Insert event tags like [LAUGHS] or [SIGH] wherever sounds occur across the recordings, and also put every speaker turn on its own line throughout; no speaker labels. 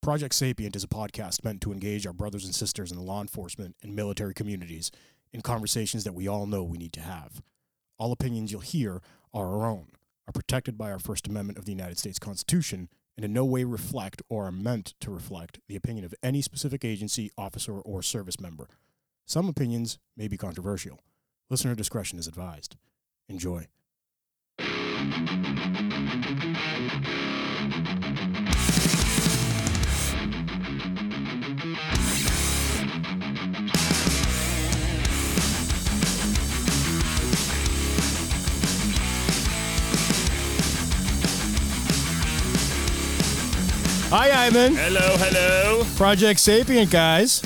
Project Sapient is a podcast meant to engage our brothers and sisters in the law enforcement and military communities in conversations that we all know we need to have. All opinions you'll hear are our own, are protected by our First Amendment of the United States Constitution, and in no way reflect or are meant to reflect the opinion of any specific agency, officer, or service member. Some opinions may be controversial. Listener discretion is advised. Enjoy. Hi, Ivan.
Hello, hello.
Project Sapient, guys.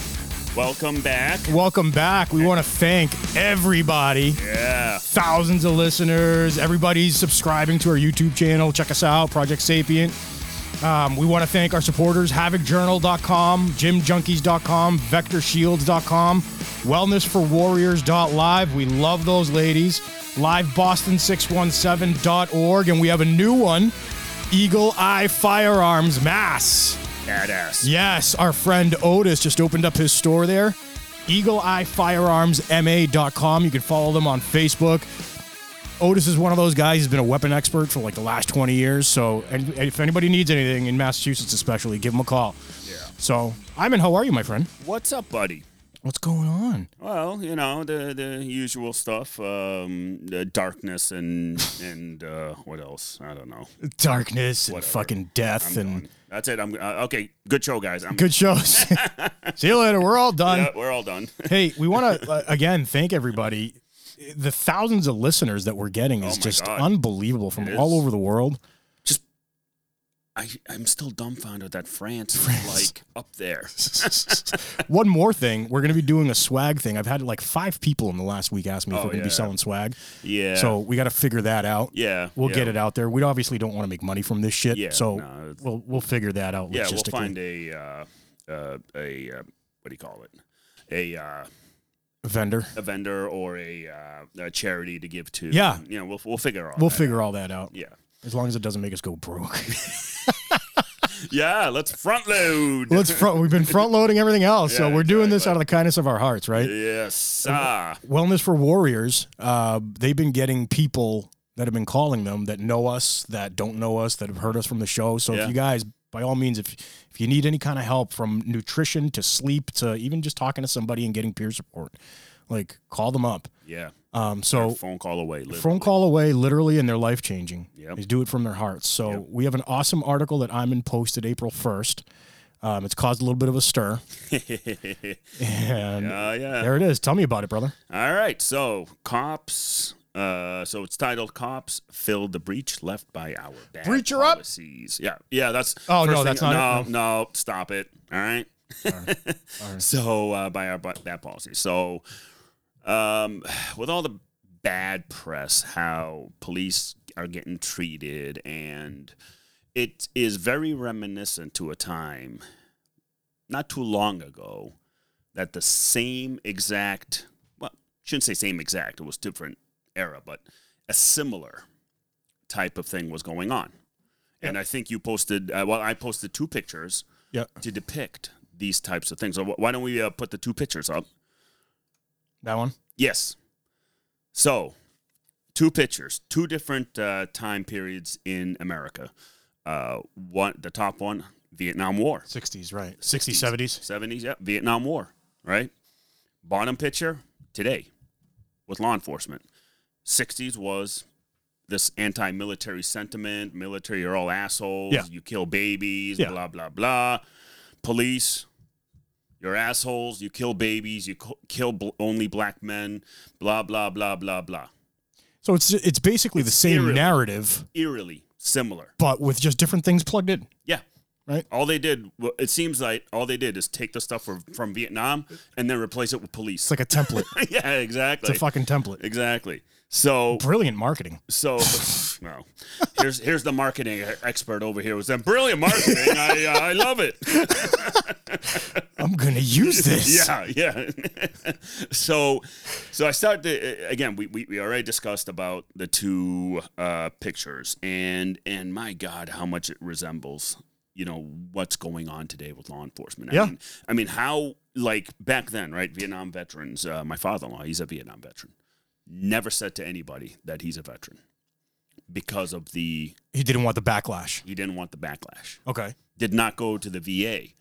Welcome back.
Welcome back. We want to thank everybody.
Yeah.
Thousands of listeners. Everybody's subscribing to our YouTube channel. Check us out, Project Sapient. Um, we want to thank our supporters, HavocJournal.com, JimJunkies.com, VectorShields.com, WellnessForWarriors.live. We love those ladies. LiveBoston617.org. And we have a new one, Eagle Eye Firearms Mass.
Badass.
Yes, our friend Otis just opened up his store there. Eagle Eye Firearms MA.com. You can follow them on Facebook. Otis is one of those guys. He's been a weapon expert for like the last 20 years. So, and and if anybody needs anything in Massachusetts, especially, give him a call. Yeah. So, Iman, how are you, my friend?
What's up, buddy?
What's going on?
Well, you know the the usual stuff, um, the darkness and
[LAUGHS]
and uh, what else? I don't know.
Darkness and
Whatever.
fucking death
I'm
and
done. that's it. I'm uh, okay. Good show, guys. I'm
good
[LAUGHS]
shows. See you later. We're all done.
Yeah, we're all done. [LAUGHS]
hey, we want to uh, again thank everybody. The thousands of listeners that we're getting is
Oh my
just
God.
unbelievable from
It
all
is.
over the
[LAUGHS]
world.
I I'm still dumbfounded that France,
France.
is like up
[LAUGHS]
there.
One more thing, we're going to be doing a swag thing. I've had like five people in the last week ask me if
Oh,
we're going to
yeah.
be selling swag.
Yeah.
So we got to figure that out.
yeah,
We'll
yeah.
get it out there. We obviously don't want to make money from this shit.
Yeah,
so
no, it's-
we'll we'll figure that out
Yeah,
logistically.
we'll find a uh, uh, a uh, what do you call it? A uh,
a vendor.
a vendor or a, uh, a charity to give to.
Yeah.
you know, we'll we'll figure out.
We'll
that.
figure all that out
Yeah,
as long as it doesn't make us go broke.
[LAUGHS] yeah. Let's front load.
Let's
[LAUGHS]
front, we've been front loading everything else, so
Yeah,
we're doing this
exactly.
out of the kindness of our hearts, right?
yes. Ah.
Wellness for Warriors, uh, they've been getting people that have been calling them that know us, that don't know us, that have heard us from the show. So
Yeah.
if you guys, by all means, if if you need any kind of help from nutrition to sleep to even just talking to somebody and getting peer support, like call them up.
Yeah.
Um, so
phone call away.
phone
[LAUGHS] literally.
call away, literally, and they're life changing.
Yep.
They do it from their hearts. So
Yep.
we have an awesome article that I'm in posted April 1st. Um, it's caused a little bit of a stir. [LAUGHS] And
yeah, Uh, yeah.
there it is. Tell me about it, brother.
All right. So cops. Uh, so it's titled "Cops Fill the Breach Left by Our Bad
Breacher up?
Policies." Up. Yeah, yeah. That's.
Oh,
first
no, that's not it.
No, no. Stop it. All right. So uh, by our bu- bad policies. So, um, [SIGHS] with all the bad press, how police are getting treated, and it is very reminiscent to a time not too long ago that the same exact well shouldn't say same exact it was different era but a similar type of thing was going on and i think you posted uh, well i posted two pictures
Yeah.
to depict these types of things so wh- why don't we uh, put the two pictures up
That one?
yes so two pictures two different uh, time periods in america uh, one the top one vietnam war
60s, right. 60s, 70s.
70s, yeah. Vietnam War, right? Bottom picture today with law enforcement. 60s was this anti military sentiment. Military are all assholes.
Yeah.
You kill babies,
Yeah.
blah, blah, blah. Police, you're assholes. You kill babies. You co- kill bl- only black men, blah, blah, blah, blah, blah.
So it's it's basically the same
eerily.
narrative,
Eerily similar.
but with just different things plugged in.
Yeah.
Right.
All they did, well, it seems like all they did is take the stuff from, from Vietnam and then replace it with police.
It's like a
[LAUGHS]
template.
yeah, exactly.
it's a fucking template.
Exactly. So
Brilliant marketing.
so no. Here's here's the marketing expert over here. It Was that brilliant marketing? I uh, I love it.
I'm gonna
[LAUGHS]
use this.
Yeah, yeah. [LAUGHS] so so I started to, again. We, we we already discussed about the two uh, pictures and and my God, how much it resembles you know what's going on today with law enforcement. I
Yeah.
mean, I mean how like back then, right? Vietnam veterans. Uh, my father-in-law, he's a Vietnam veteran. Never said to anybody that he's a veteran because of the
He didn't want the backlash.
he didn't want the backlash.
Okay.
Did not go to the VA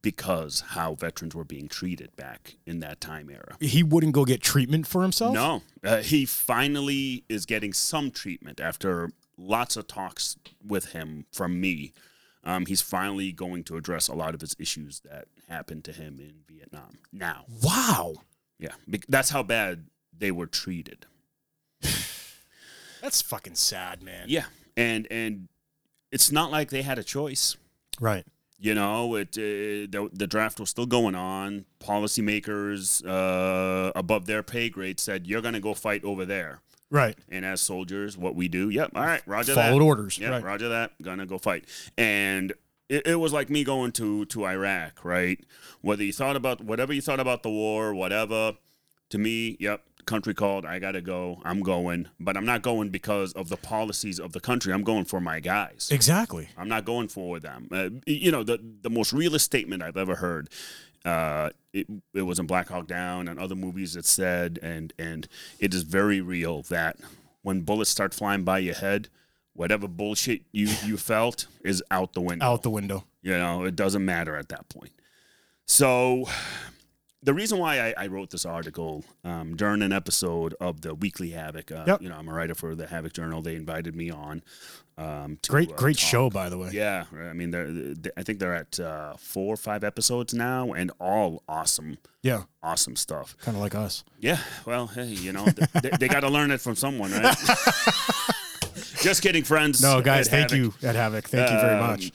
because how veterans were being treated back in that time era.
He wouldn't go get treatment for himself?
No, uh, he finally is getting some treatment after lots of talks with him from me. Um, he's finally going to address a lot of his issues that happened to him in Vietnam now.
Wow.
Yeah, bec- that's how bad they were treated.
That's fucking sad, man.
Yeah, and and it's not like they had a choice.
Right.
You know, it uh, the, the draft was still going on. Policymakers uh, above their pay grade said, "You're going to go fight over there."
Right.
And as soldiers, what we do, yep, all right, roger that.
Followed orders.
Yeah,
right.
roger that. Gonna go fight. And it, it was like me going to to Iraq, right? Whether you thought about whatever you thought about the war, whatever. To me, yep, country called. I gotta go. I'm going, but I'm not going because of the policies of the country. I'm going for my guys.
Exactly.
I'm not going for them. Uh, you know, the the most realist statement I've ever heard. Uh, it, it was in Black Hawk Down and other movies that said, and and it is very real that when bullets start flying by your head, whatever bullshit you you felt is out the window.
Out the window.
You know, it doesn't matter at that point. So, the reason why I, I wrote this article um, during an episode of the Weekly Havoc, uh,
Yep.
you know, I'm a writer for the Havoc Journal. They invited me on. Um, to,
Great,
uh,
great
talk
show, by the way.
yeah, I mean, they're, they I think they're at uh, four or five episodes now, and all awesome,
Yeah.
awesome stuff.
Kind of like us.
Yeah, well, hey, you know, th- they, they got to learn it from someone, [LAUGHS] right? Just kidding, friends.
No, guys,
Ed
thank
Havoc.
you at Havoc. Thank you very
Um,
much.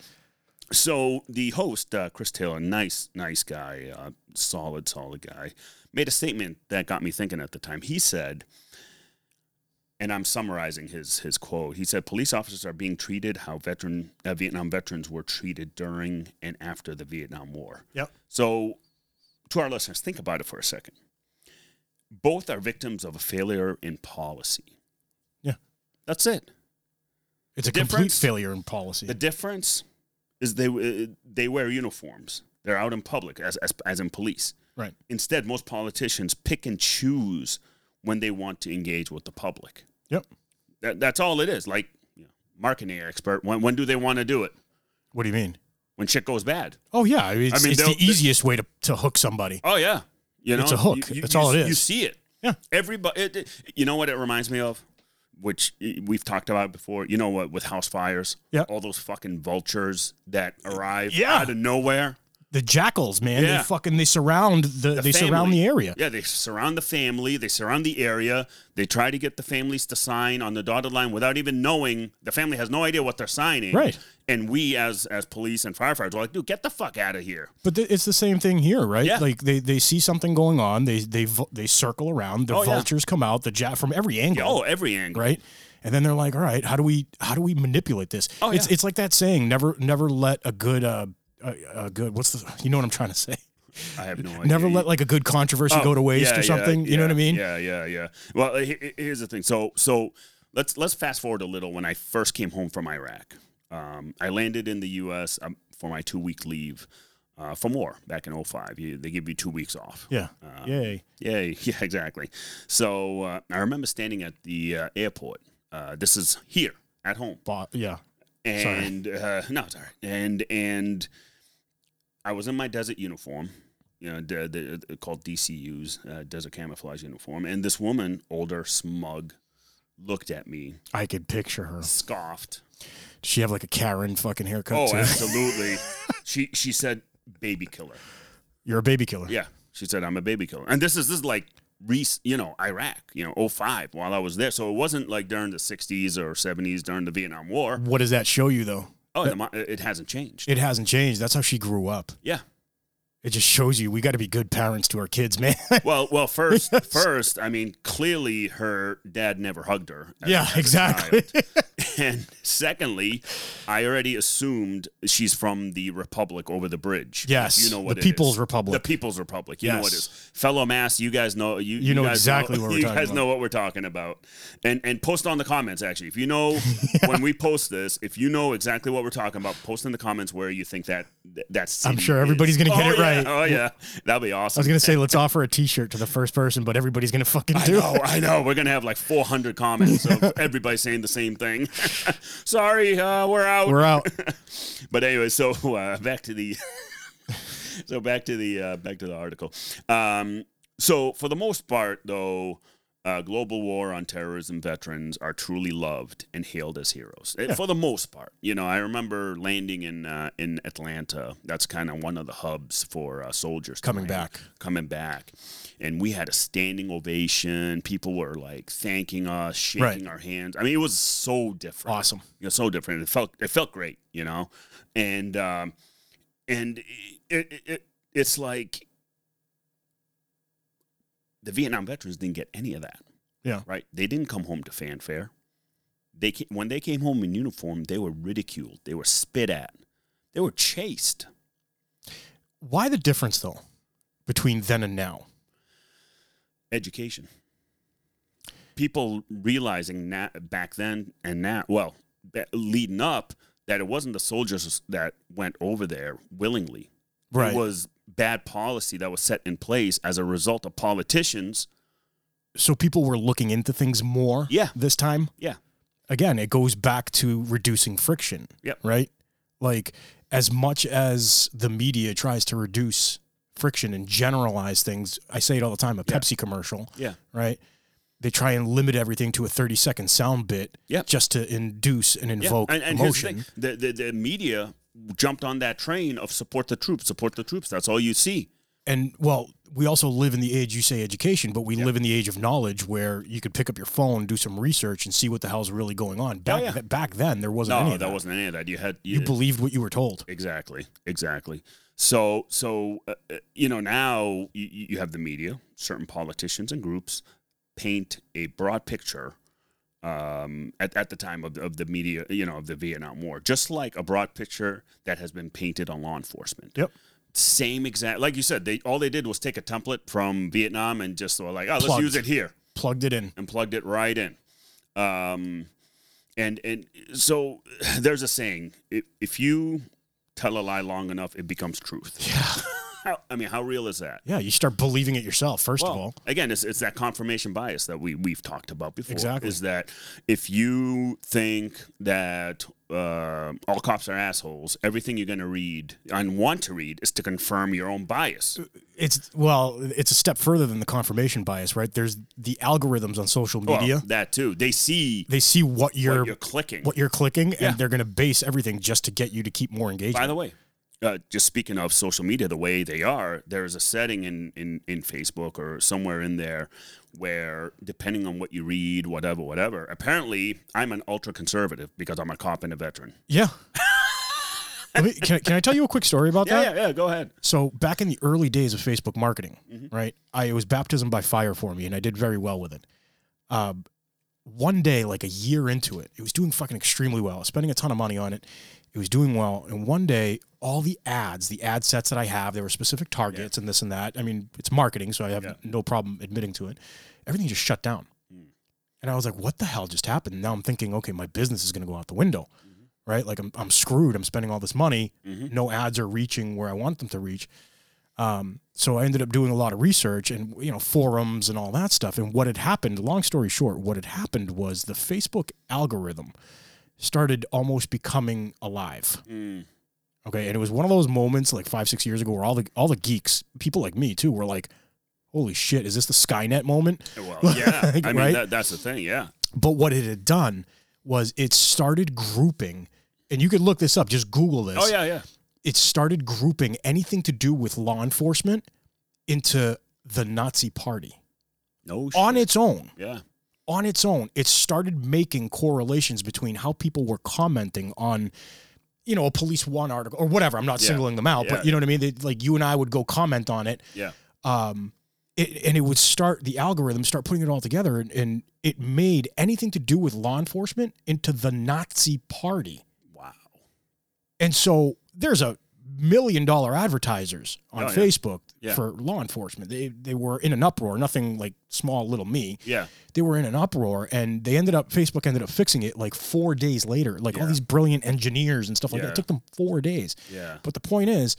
So the host, uh, Chris Taylor, nice, nice guy, uh, solid, solid guy, made a statement that got me thinking at the time. He said, and I'm summarizing his his quote. He said, "Police officers are being treated how veteran uh, Vietnam veterans were treated during and after the Vietnam War."
Yep.
So, to our listeners, think about it for a second. Both are victims of a failure in policy.
Yeah.
that's it.
It's a
the
complete
difference-
failure in policy.
The difference is they uh, they wear uniforms. They're out in public as, as as in police.
right.
Instead, most politicians pick and choose when they want to engage with the public.
Yep.
That, that's all it is. Like you know, marketing expert, when when do they want to do it?
What do you mean?
When shit goes bad.
Oh yeah, I mean, it's,
mean,
it's
they'll-
the easiest way to, to hook somebody.
Oh yeah, you know
It's a hook. That's all it
You
is.
see it.
Yeah.
Everybody. It, it- you know what it reminds me of, which eh, we've talked about before. You know what? With house fires.
Yeah.
All those fucking vultures that arrive
Yeah.
out of nowhere.
The jackals, man,
Yeah.
they fucking they surround the, they surround
family.
the area.
Yeah, they surround the family, they surround the area, they try to get the families to sign on the dotted line without even knowing. The family has no idea what they're signing.
Right.
And we as as police and firefighters are like, dude, get the fuck out of here.
But th- it's the same thing here, right?
Yeah.
Like they, they see something going on, they they vu- they circle around, the
Oh, yeah.
vultures come out, the jack from every angle,
Oh, every angle.
right? And then they're like, "All right, how do we how do we manipulate this?"
Oh,
it's
yeah.
it's like that saying, "Never never let a good uh a, a good what's the you know what I'm trying to say?
I have no idea.
Never let like a good controversy
Oh,
go to waste
yeah, yeah,
or something. you know what I
yeah,
mean?
Yeah, yeah, yeah. Well, he- he- here's the thing. So so let's let's fast forward a little. When I first came home from Iraq, um, I landed in the U.S. Um, for my two week leave. Uh, from war back in 05. You, they give you two weeks off.
Yeah.
Uh,
Yay.
Yeah, [LAUGHS] yeah, exactly. So uh, I remember standing at the uh, airport. Uh, this is here at home,
Bo- yeah.
and uh, no, it's all right. And and I was in my desert uniform, you know, the, the, called DCU's uh, desert camouflage uniform. And this woman, older, smug, looked at me,
I could picture her. Does
scoffed.
she have like a Karen fucking haircut
Oh,
too?
absolutely. she she said, "Baby killer."
[LAUGHS] You're a baby killer.
Yeah. She said, I'm a baby killer. And this is this is like Reese, you know, Iraq, you know, 05 while I was there. So it wasn't like during the 60s or 70s during the Vietnam War.
What does that show you though?
Oh, the mo- it hasn't
[LAUGHS]
changed.
It hasn't changed. That's how she grew up.
yeah.
It just shows you we got to be good parents to our kids, man. [LAUGHS]
Well, well, first, first, I mean, clearly her dad never hugged her. as-
yeah,
as
[LAUGHS]
a
exactly.
child. [LAUGHS] And secondly, I already assumed she's from the Republic over the bridge.
Yes,
you know what
the
it
People's
is.
Republic.
The People's Republic. You know what it
Yes.
is. Fellow Mass, you guys know you,
You know
guys
exactly what we're
you
talking
guys
about.
know what we're talking about. And and post on the comments actually. If
[LAUGHS]
you know when we post this, if you know exactly what we're talking about, post in the comments where you think that th- that's
I'm sure everybody's gonna get it right.
Oh yeah. That'd be
I
awesome.
was gonna say
[LAUGHS]
let's offer a T-shirt to the first person, but everybody's gonna fucking do it.
I know, I know. We're gonna have like 400 comments of
[LAUGHS]
everybody saying the same thing. [LAUGHS] Sorry, uh, we're out.
We're out.
but anyway, so [LAUGHS] uh, back to the [LAUGHS] so back to the uh, back to the article. Um, so for the most part, though, uh, global war on terrorism veterans are truly loved and hailed as heroes. Eh, For the most part, you know, I remember landing in uh, in Atlanta. That's kind of one of the hubs for uh, soldiers to [LAUGHS]
Coming
land
back.
coming back. And we had a standing ovation. People were like thanking us, shaking
Right.
our hands. I mean, it was so different.
Awesome.
You know, so different. It felt it felt great, you know. And um and it, it, it it's like the Vietnam veterans didn't get any of that.
Yeah.
Right? They didn't come home to fanfare. They ca- when they came home in uniform, they were ridiculed. They were spit at. They were chased.
Why the difference though between then and now?
education. People realizing that back then and now, well, ba- leading up, that it wasn't the soldiers that went over there willingly. It was bad policy that was set in place as a result of politicians.
So people were looking into things more.
Yeah.
This time.
Yeah.
again, it goes back to reducing friction.
Yep.
Right? Like, as much as the media tries to reduce friction and generalize things, I say it all the time a
Yeah.
Pepsi commercial,
Yeah.
right? They try and limit everything to a 30 second sound bit
Yep.
just to induce and
Yeah.
invoke
and, and here's the
emotion.
thing the, the, the media jumped on that train of support the troops, support the troops. That's all you see.
And well, we also live in the age, you say education, but we live in the age of knowledge where you could pick up your phone, do some research, and see what the hell's really going on. Back,
Oh, yeah.
th- back then, there wasn't
No,
any
that,
of that.
wasn't any of that. You had
you believed what you were told.
Exactly. Exactly. So, so uh, uh, you know, now you, you have the media, certain politicians and groups paint a broad picture um, at, at the time of, the- of the media, you know, of the Vietnam War, just like a broad picture that has been painted on law enforcement.
Yep.
Same exact, like you said, they all they did was take a template from Vietnam and just were like, oh, let's
Plugged.
use it here
Plugged it in.
and plugged it right in. Um, and and so [SIGHS] there's a saying: if, if you tell a lie long enough, it becomes truth.
Yeah.
[LAUGHS] How, I mean, how real is that?
Yeah, you start believing it yourself, first of
Well,
all.
again, it's, it's that confirmation bias that we we've talked about before.
Exactly.
is that if you think that uh, all cops are assholes, everything you're going to read and want to read is to confirm your own bias.
It's well, it's a step further than the confirmation bias, right? There's the algorithms on social
Well,
media.
that too. They see
they see what you're
what you're clicking.
what you're clicking
Yeah.
and they're going to base everything just to get you to keep more engagement.
By the way, uh, just speaking of social media, the way they are, there is a setting in, in, in Facebook or somewhere in there where, depending on what you read, whatever, whatever, apparently I'm an ultra conservative because I'm a cop and a veteran.
yeah. [LAUGHS] Let me, can, I- can I tell you a quick story about that?
Yeah, yeah, yeah, go ahead.
So back in the early days of Facebook marketing, right? I it was baptism by fire for me, and I did very well with it. Um, one day, like a year into it, it was doing fucking extremely well. I was spending a ton of money on it. It was doing well, and one day, all the ads, the ad sets that I have, there were specific targets and this and that. I mean, it's marketing, so I have
Yeah.
no problem admitting to it. Everything just shut down, and I was like, "What the hell just happened?" now I'm thinking, okay, my business is going to go out the window right? Like I'm, I'm screwed. I'm spending all this money.
Mhm.
No ads are reaching where I want them to reach. Um, so I ended up doing a lot of research and you know forums and all that stuff. And what had happened? Long story short, what had happened was the Facebook algorithm started almost becoming alive.
Mm,
Okay, and it was one of those moments like five six years ago where all the all the geeks, people like me too, were like, "Holy shit, is this the Skynet moment?" [LAUGHS]
Well, yeah. I mean,
Right?
that, that's the thing, yeah.
But what it had done was it started grouping, and you could look this up. Just Google this.
Oh, yeah, yeah.
it started grouping anything to do with law enforcement into the Nazi party
No shit.
on its own.
Yeah.
On its own, it started making correlations between how people were commenting on, you know, a police one article or whatever. I'm not
Yeah.
singling them out,
Yeah.
but you know what I mean? They, like you and I would go comment on it.
Yeah.
Um, it, and it would start the algorithm start putting it all together, and, and it made anything to do with law enforcement into the Nazi Party.
Wow.
And so there's a million dollar advertisers on
Oh, yeah.
Facebook
Yeah.
for law enforcement. They they were in an uproar, nothing like small little me.
Yeah.
They were in an uproar and they ended up Facebook ended up fixing it like 4 days later. Like all
Yeah.
these brilliant engineers and stuff like that.
Yeah.
It took them 4 days.
Yeah.
But the point is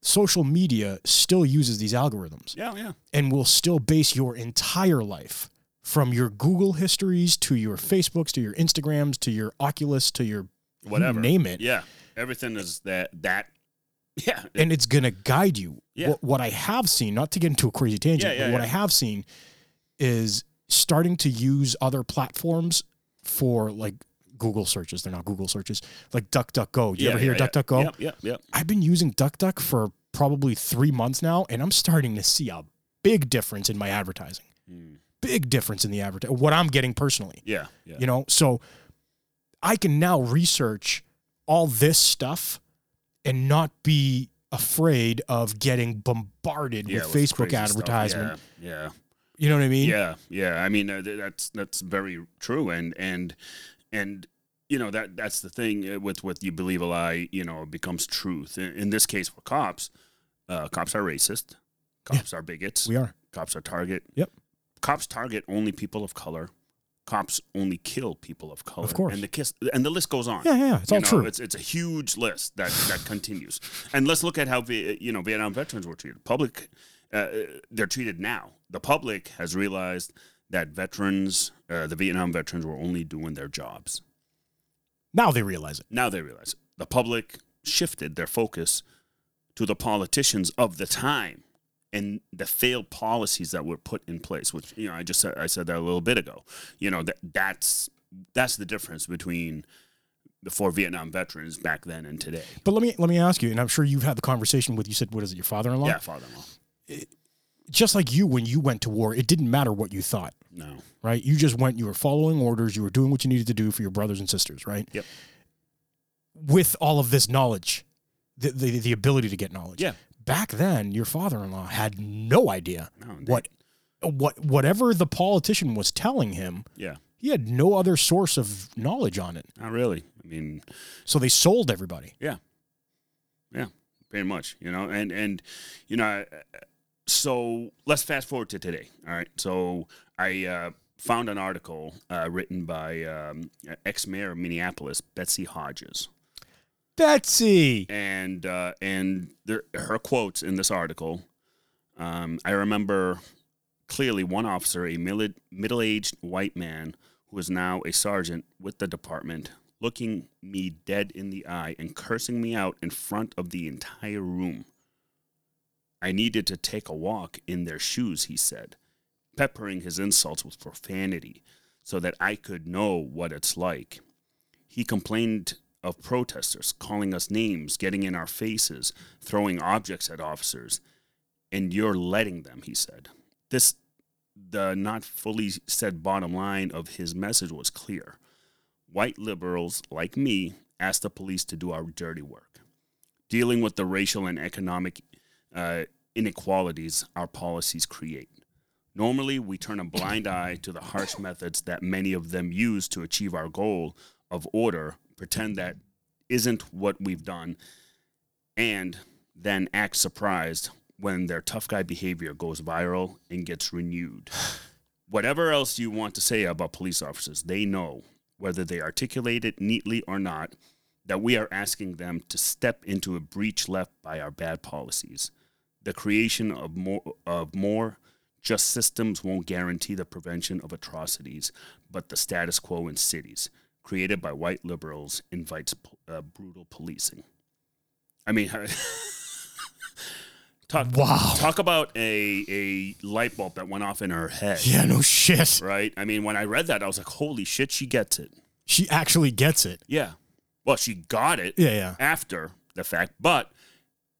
social media still uses these algorithms
Yeah. Yeah.
and will still base your entire life from your Google histories to your Facebooks to your Instagrams to your Oculus to your you
Whatever.
name it.
Yeah. Everything is that that. [LAUGHS] Yeah.
and it's going to guide you.
Yeah.
What, what I have seen, not to get into a crazy tangent,
Yeah, yeah,
but what
yeah.
I have seen is starting to use other platforms for like Google searches. They're not Google searches, like DuckDuckGo. Do you
yeah,
ever hear
yeah, yeah.
DuckDuckGo?
Yep. Yep. Yep.
I've been using DuckDuck for probably three months now, and I'm starting to see a big difference in my advertising.
Hmm.
Big difference in the advertising, what I'm getting personally
Yeah. Yeah.
you know so i can now research all this stuff and not be afraid of getting bombarded
Yeah,
with
it was
facebook
crazy stuff.
advertisement
Yeah. yeah.
you know what i mean
Yeah, yeah. I mean, uh, th- that's that's very true, and and and you know that that's the thing uh, with with you believe a lie, you know, it becomes truth. In, in this case, for cops, uh, cops are racist,
Yeah.
cops are bigots,
we are
cops are target.
Yep.
Cops target only people of color. Cops only kill people of color.
course.
And the kiss and the list goes on.
yeah yeah it's
You
all
know,
true
It's, it's a huge list that, that continues. And let's look at how Vi- you know Vietnam veterans were treated. Public, uh, they're treated now. The public has realized that veterans, uh, the Vietnam veterans, were only doing their jobs.
now they realize it
Now they realize it. the public shifted their focus to the politicians of the time and the failed policies that were put in place. Which you know, I just said, I said that a little bit ago. You know that that's that's the difference between the four Vietnam veterans back then and today.
but let me let me ask you and i'm sure you've had the conversation with you said what is it your father-in-law
Yeah, father-in-law.
just like you when you went to war it didn't matter what you thought
No.
right you just went you were following orders you were doing what you needed to do for your brothers and sisters right
Yep.
with all of this knowledge the the, the ability to get knowledge
Yeah.
back then your father-in-law had no idea
No. they-
what what whatever the politician was telling him
Yeah.
he had no other source of knowledge on it
Not really. I mean,
so they sold everybody
pretty much. You know, and and you know, I- so let's fast forward to today. All right. So I uh, found an article uh, written by um, ex-mayor of Minneapolis, Betsy Hodges,
betsy
and uh, and there, her quotes in this article. Um, I remember clearly one officer, a mili- middle-aged white man who is now a sergeant with the department, looking me dead in the eye and cursing me out in front of the entire room. I needed to take a walk in their shoes, he said, peppering his insults with profanity so that I could know what it's like. He complained of protesters calling us names, getting in our faces, throwing objects at officers, and you're letting them, he said. This the not fully said bottom line of his message was clear. White liberals like me asked the police to do our dirty work. Dealing with the racial and economic uh, inequalities our policies create. Normally, we turn a blind eye to the harsh methods that many of them use to achieve our goal of order, pretend that isn't what we've done, and then act surprised when their tough guy behavior goes viral and gets renewed. [SIGHS] Whatever else you want to say about police officers, they know, whether they articulate it neatly or not, that we are asking them to step into a breach left by our bad policies. The creation of more, of more just systems won't guarantee the prevention of atrocities, but the status quo in cities, created by white liberals, invites uh, brutal policing. I mean, [LAUGHS] talk,
wow
talk about a, a light bulb that went off in her head,
yeah no shit
right? I mean, when I read that, I was like, holy shit, she gets it.
she actually gets it
Yeah. Well, she got it
yeah yeah
after the fact, but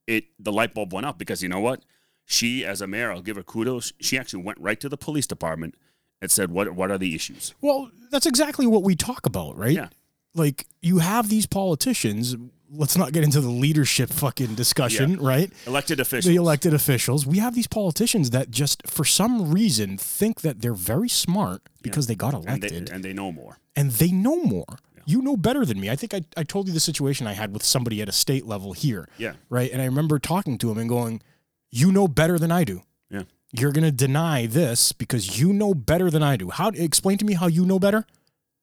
it the light bulb went up because you know what? She, as a mayor, I'll give her kudos. She actually went right to the police department and said, "What what are the issues?"
well that's exactly what we talk about right
Yeah.
like you have these politicians let's not get into the leadership fucking discussion, right?
Elected officials.
The elected officials. We have these politicians that just, for some reason, think that they're very smart because they got
and they,
elected
and they know more.
and they know more. You know better than me. I think I, I told you the situation I had with somebody at a state level here.
Yeah.
Right. And I remember talking to him and going, You know better than I do.
Yeah.
You're going to deny this because you know better than I do. How explain to me how you know better?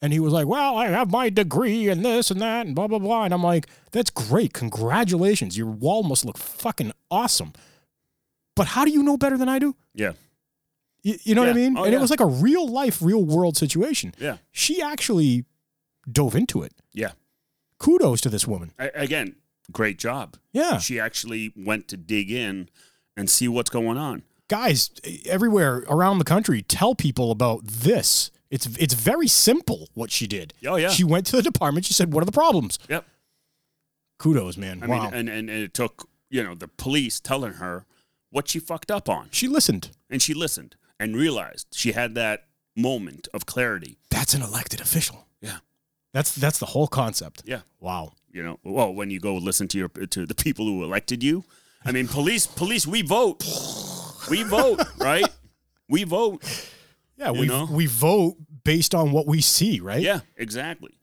And he was like, Well, I have my degree and this and that and blah, blah, blah. And I'm like, That's great. Congratulations. Your wall must look fucking awesome. But how do you know better than I do?
Yeah.
You, you know what I
Yeah.
mean?
Oh,
and
yeah.
it was like a real life, real world situation
Yeah.
she actually dove into it.
Yeah.
Kudos to this woman.
I, again, great job.
Yeah.
She actually went to dig in and see what's going on.
Guys everywhere around the country tell people about this. It's it's very simple what she did.
Oh yeah.
She went to the department, she said, "What are the problems?"
Yep.
Kudos, man.
I
wow.
mean, and, and and it took you know the police telling her what she fucked up on,
she listened.
and she listened and realized she had that moment of clarity.
That's an elected official.
Yeah.
That's that's the whole concept.
Yeah.
Wow.
You know, well, when you go listen to your to the people who elected you, I mean, police, police, we vote, we vote, right? We vote.
Yeah,
You
we
know?
we vote based on what we see, right?
Yeah, exactly.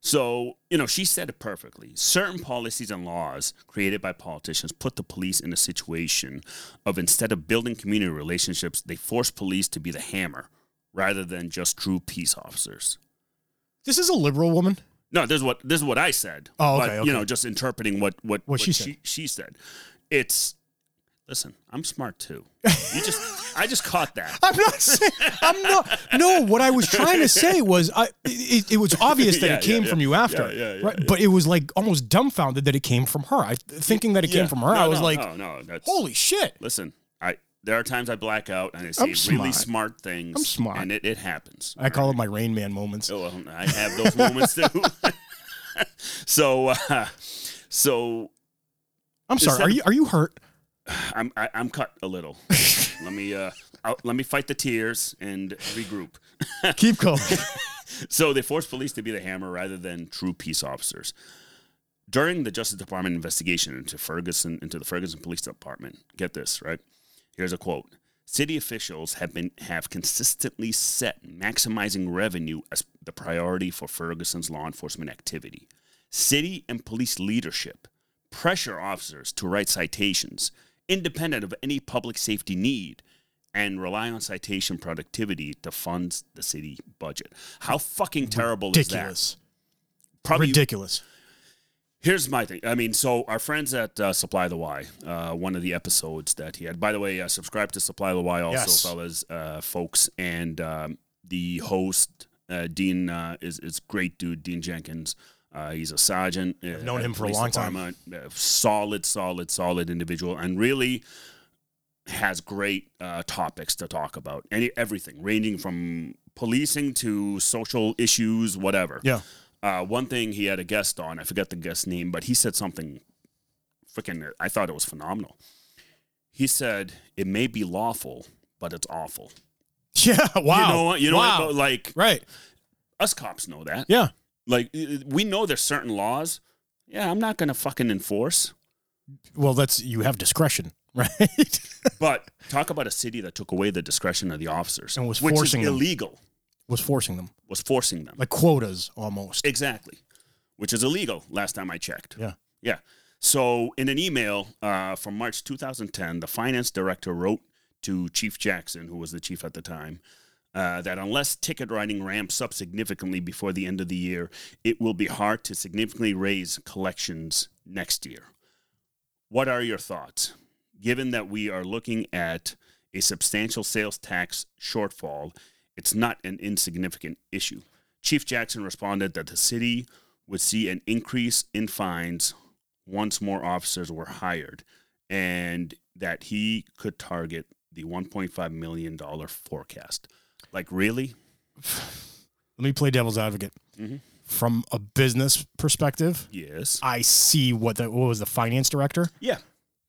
So, you know, she said it perfectly. Certain policies and laws created by politicians put the police in a situation of instead of building community relationships, they force police to be the hammer rather than just true peace officers.
This is a liberal woman.
No, this is what this is what I said.
Oh,
but,
okay,
you
okay.
know, just interpreting what what,
What she
she, she said. It's listen, I'm smart too.
[LAUGHS]
You just I just caught that.
I'm not [LAUGHS] saying I'm not. No, what I was trying to say was I. It, it was obvious that
[LAUGHS] Yeah,
it came
yeah,
from
yeah.
you after,
Yeah, yeah, yeah,
right? But it was like almost dumbfounded that it came from her. I thinking that it
Yeah.
came from her,
No,
I was
no,
like,
no, no, that's,
holy shit.
listen, I there are times I black out and I say
I'm
really
smart.
smart things.
I'm smart.
and it, it happens.
I call it my Rain Man moments.
[LAUGHS] Oh, well, I have those moments too. [LAUGHS] so, uh, so
I'm sorry.
that-
Are you are you
[LAUGHS]
hurt?
I'm I, I'm cut a little.
[LAUGHS]
let me uh, I'll, let me fight the tears and regroup.
Keep going.
So they forced police to be the hammer rather than true peace officers. During the Justice Department investigation into Ferguson into the Ferguson Police Department, get this, right? Here's a quote. City officials have been have consistently set maximizing revenue as the priority for Ferguson's law enforcement activity. City and police leadership pressure officers to write citations independent of any public safety need and rely on citation productivity to fund the city budget. How fucking terrible
[LAUGHS]
is
Ridiculous.
that? Probably
Ridiculous. [LAUGHS]
Here's my thing. I mean, so our friends at uh, Supply the Y, uh, one of the episodes that he had. By the way, uh, subscribe to Supply the Y also,
Yes.
fellas, uh, folks, and um, the host uh, Dean uh, is is great dude, Dean Jenkins. Uh, he's a sergeant. I've
known him for a long time.
Solid, solid, solid individual, and really has great uh, topics to talk about. Any everything ranging from policing to social issues, whatever
Yeah.
uh, one thing he had a guest on, I forget the guest name, but he said something freaking, I thought it was phenomenal. He said, It may be lawful, but it's awful.
Yeah. Wow.
You know what? You know
wow.
what? But like,
Right.
us cops know that.
Yeah.
Like, i- i- we know there's certain laws. Yeah, I'm not going to fucking enforce.
Well, that's you have discretion, [LAUGHS] right?
But talk about a city that took away the discretion of the officers
And was
which
forcing
is
them.
illegal,
Was forcing them
was forcing them.
like quotas almost.
Exactly, which is illegal. Last time I checked.
Yeah.
yeah. So in an email uh, from March 2010, the finance director wrote to Chief Jackson, who was the chief at the time. Uh, that unless ticket writing ramps up significantly before the end of the year, it will be hard to significantly raise collections next year. What are your thoughts? Given that we are looking at a substantial sales tax shortfall, it's not an insignificant issue. Chief Jackson responded that the city would see an increase in fines once more officers were hired and that he could target the 1.5 million dollar forecast. Like really?
Let me play devil's advocate.
Mhm.
From a business perspective,
Yes.
I see what the what was the finance director.
Yeah.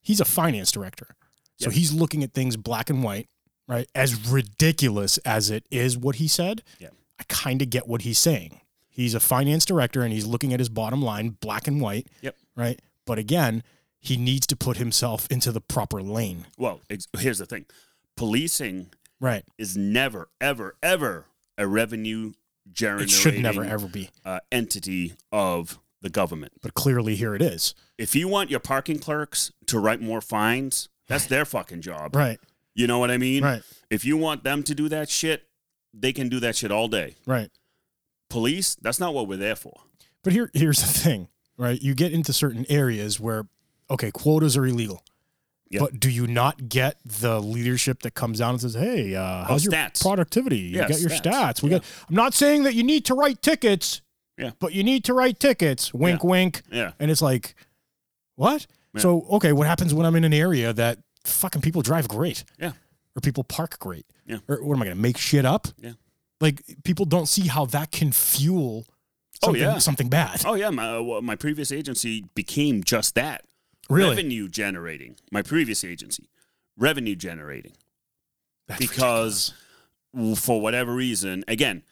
He's a finance director, so
Yep.
he's looking at things black and white, right? As ridiculous as it is, what he said.
Yeah.
I kind of get what he's saying. He's a finance director, and he's looking at his bottom line, black and white.
Yep.
right? But again, he needs to put himself into the proper lane.
Well, ex- here's the thing policing
Right.
is never, ever, ever a revenue generating
It should never ever be.
uh, entity of the government.
But clearly here it is.
If you want your parking clerks to write more fines, that's their fucking job.
Right.
You know what I mean?
Right.
If you want them to do that shit, they can do that shit all day.
Right.
Police, that's not what we're there for.
But here here's the thing, right? You get into certain areas where okay, quotas are illegal.
Yeah.
But do you not get the leadership that comes down and says, "Hey, uh, how's your
Oh, stats.
productivity? You
Yeah,
got your
stats.
stats. We got." I'm not saying that you need to write tickets,
Yeah.
but you need to write tickets. Wink, wink.
Yeah.
And it's like, what?
Yeah.
So okay, what happens when I'm in an area that fucking people drive great?
Yeah.
Or people park great?
Yeah.
Or what am I gonna make shit up?
Yeah.
Like people don't see how that can fuel.
Oh,
Something,
yeah.
something bad.
Oh yeah, my well, my previous agency became just that.
Really?
Revenue generating. My previous agency, revenue generating.
That's
because for whatever reason, again,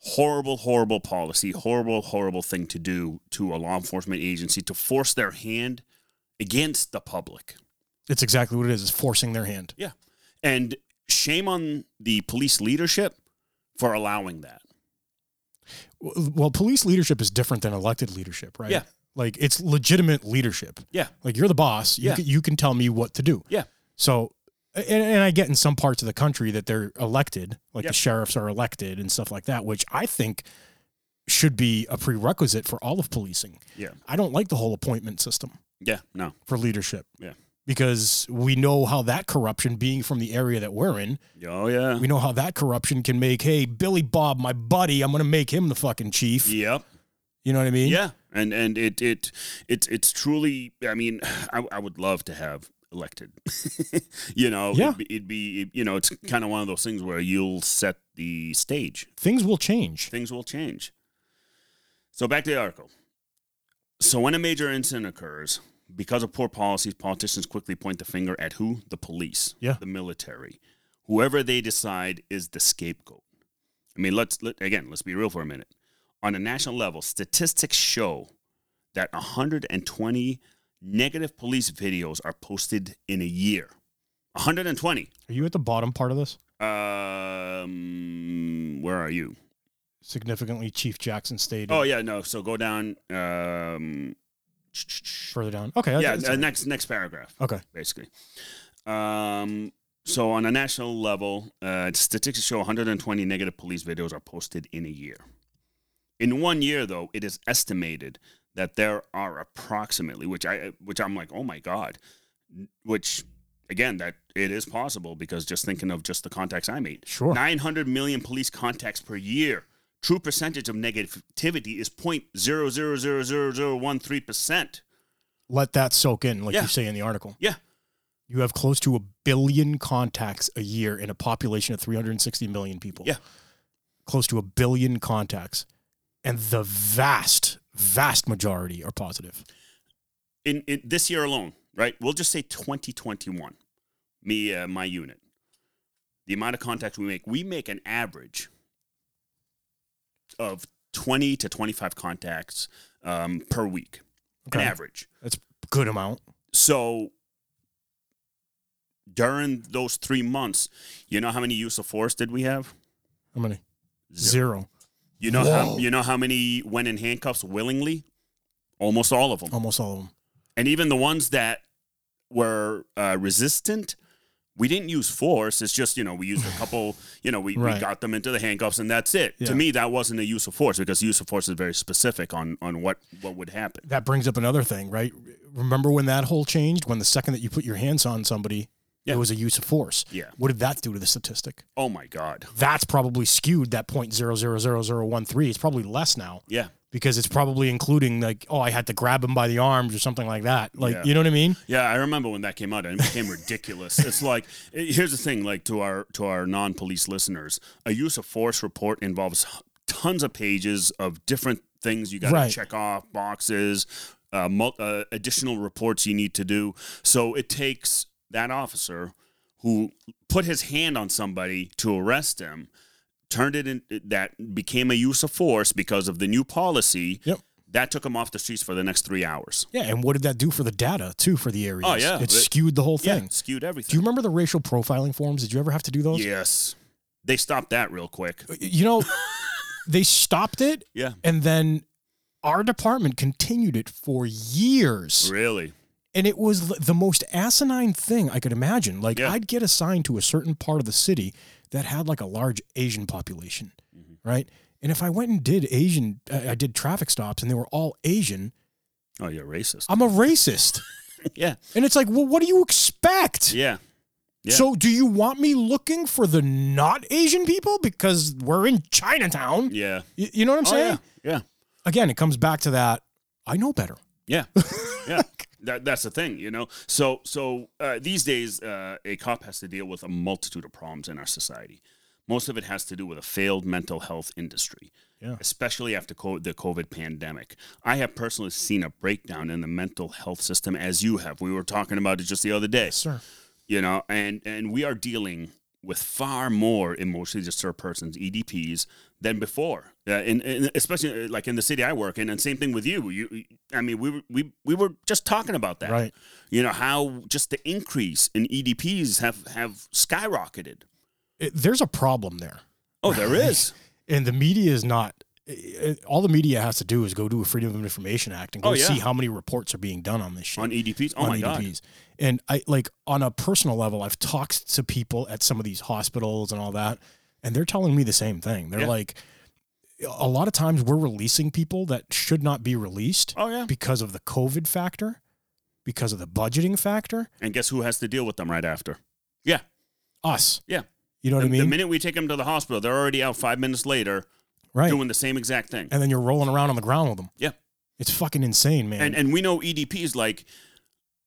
horrible, horrible policy, horrible, horrible thing to do to a law enforcement agency to force their hand against the public.
It's exactly what it is. It's forcing their hand.
Yeah. And shame on the police leadership for allowing that.
W- Well, police leadership is different than elected leadership, right?
Yeah.
Like it's legitimate leadership.
Yeah.
Like you're the boss. You,
Yeah.
can, you can tell me what to do.
Yeah.
So, and, and I get in some parts of the country that they're elected, like
Yep.
the sheriffs are elected and stuff like that, which I think should be a prerequisite for all of policing.
Yeah.
I don't like the whole appointment system
Yeah. No.
for leadership.
Yeah.
Because we know how that corruption, being from the area that we're in,
Oh yeah.
We know how that corruption can make, hey, Billy Bob, my buddy, I'm going to make him the fucking chief.
Yep.
You know what I mean?
Yeah, and and it it it's it's truly. I mean, I, I would love to have elected. [LAUGHS] you know,
Yeah.
it'd be, it'd be you know, it's kind of one of those things where you'll set the stage.
Things will change.
Things will change. So back to the article. So when a major incident occurs, because of poor policies, politicians quickly point the finger at who? The police.
Yeah.
The military. Whoever they decide is the scapegoat. I mean, let's let, again, let's be real for a minute. On a national level, statistics show that 120 negative police videos are posted in a year. 120.
Are you at the bottom part of this?
Um, where are you?
Significantly, Chief Jackson stayed
Oh yeah, no. So go down. Um,
further down. Okay.
yeah,
that's-
uh, next next paragraph
okay.
basically. Um, so on a national level, uh, statistics show 120 negative police videos are posted in a year. In one year, though, it is estimated that there are approximately, which I which I'm like, oh my god, which again that it is possible because just thinking of just the contacts I made,
Sure.
900 million police contacts per year. True percentage of negativity is 0.00000013%.
Let that soak in, like
Yeah.
you say in the article.
Yeah.
You have close to a billion contacts a year in a population of 360 million people.
Yeah.
Close to a billion contacts. And the vast, vast majority are positive.
in, in this year alone, right? We'll just say 2021. Me, uh, my unit, the amount of contacts we make, we make an average of 20 to 25 contacts um, per week,
Okay.
an average.
That's a good amount.
So during those three months, you know how many use of force did we have?
How many? Zero.
You know how
Whoa.
you know how many went in handcuffs willingly? Almost all of them.
Almost all of them.
and even the ones that were uh, resistant we didn't use force it's just you know we used
[SIGHS]
a couple you know we, we
Right.
got them into the handcuffs and that's it
Yeah.
to me that wasn't a use of force because use of force is very specific on on what what would happen
that brings up another thing, right? Remember when that whole changed? When the second that you put your hands on somebody,
Yeah.
it was a use of force.
Yeah.
What did that do to the statistic?
oh my god
That's probably skewed that point zero zero zero zero one three. It's probably less now
yeah
because it's probably including like, oh, I had to grab him by the arms or something like that. Like,
Yeah.
you know what I mean?
yeah i remember when that came out and it became ridiculous
[LAUGHS]
it's like eh, here's the thing like to our to our non-police listeners a use of force report involves tons of pages of different things you got to
Right.
check off boxes uh, mul- uh, additional reports you need to do so it takes that officer who put his hand on somebody to arrest him turned it in that became a use of force because of the new policy
Yep.
That took them off the streets for the next three hours.
Yeah, and what did that do for the data too for the areas?
Oh, yeah.
it
It-
skewed the whole thing.
Yeah, skewed everything.
Do you remember the racial profiling forms? Did you ever have to do those?
Yes. They stopped that real quick.
You know, [LAUGHS] they stopped it,
Yeah.
and then our department continued it for years.
Really?
and it was l- the most asinine thing I could imagine. Like
Yeah.
I'd get assigned to a certain part of the city that had like a large Asian population,
Mm-hmm.
right? And if I went and did Asian, I I did traffic stops, and they were all Asian.
Oh, you're
[LAUGHS]
racist.
I'm a racist,
yeah.
and it's like, well, what do you expect?
Yeah. yeah.
So, do you want me looking for the not Asian people because we're in Chinatown?
Yeah.
Y- You know what I'm
Oh,
saying?
yeah. Yeah.
Again, it comes back to that. I know better.
Yeah, yeah. that, that's the thing, you know. So so uh, these days, uh, a cop has to deal with a multitude of problems in our society. Most of it has to do with a failed mental health industry,
Yeah.
especially after co- the COVID pandemic. I have personally seen a breakdown in the mental health system, as you have. We were talking about it just the other day,
sir.
you know, and and we are dealing with far more emotionally disturbed persons (EDPs) than before, uh, and, and especially uh, like in the city I work in. And same thing with you. You, I mean, we were we we were just talking about that,
Right.
You know how just the increase in EDPs have have skyrocketed.
It- there's a problem there.
Oh, [LAUGHS] there is.
and the media is not it, all the media has to do is go do a freedom of information act and go
Oh, yeah.
see how many reports are being done on this shit
on EDPs. Oh
on E
my god.
EDPs. and i like on a personal level i've talked to people at some of these hospitals and all that and they're telling me the same thing they're
Yeah.
like a lot of times we're releasing people that should not be released
Oh yeah.
because of the covid factor because of the budgeting factor
And guess who has to deal with them right after? Yeah,
us
Yeah.
you know what
the,
i
the
mean
minute we take them to the hospital, they're already out five minutes later
right
doing the same exact thing.
and then you're rolling around on the ground with them
Yeah.
it's fucking insane man
and and we know EDPs like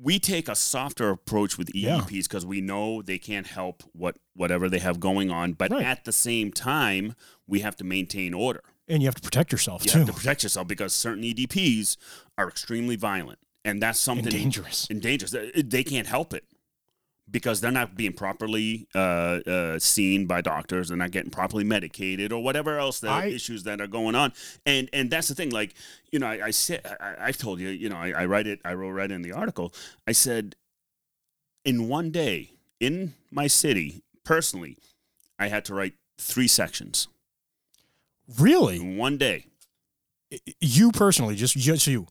we take a softer approach with E
Yeah.
EDPs because we know they can't help what whatever they have going on, but
Right.
at the same time we have to maintain order.
and you have to protect yourself
You
too
have to protect yourself because certain EDPs are extremely violent, and that's something
and dangerous.
and dangerous. They- They can't help it because they're not being properly uh, uh, seen by doctors. They're not getting properly medicated or whatever else the
I-
issues that are going on. And and that's the thing. Like you know, I, I said I, I've told you. You know, I, I write it. I wrote right in the article. I said in one day in my city personally, I had to write three sections
Really,
in one day.
I- you personally, just just you.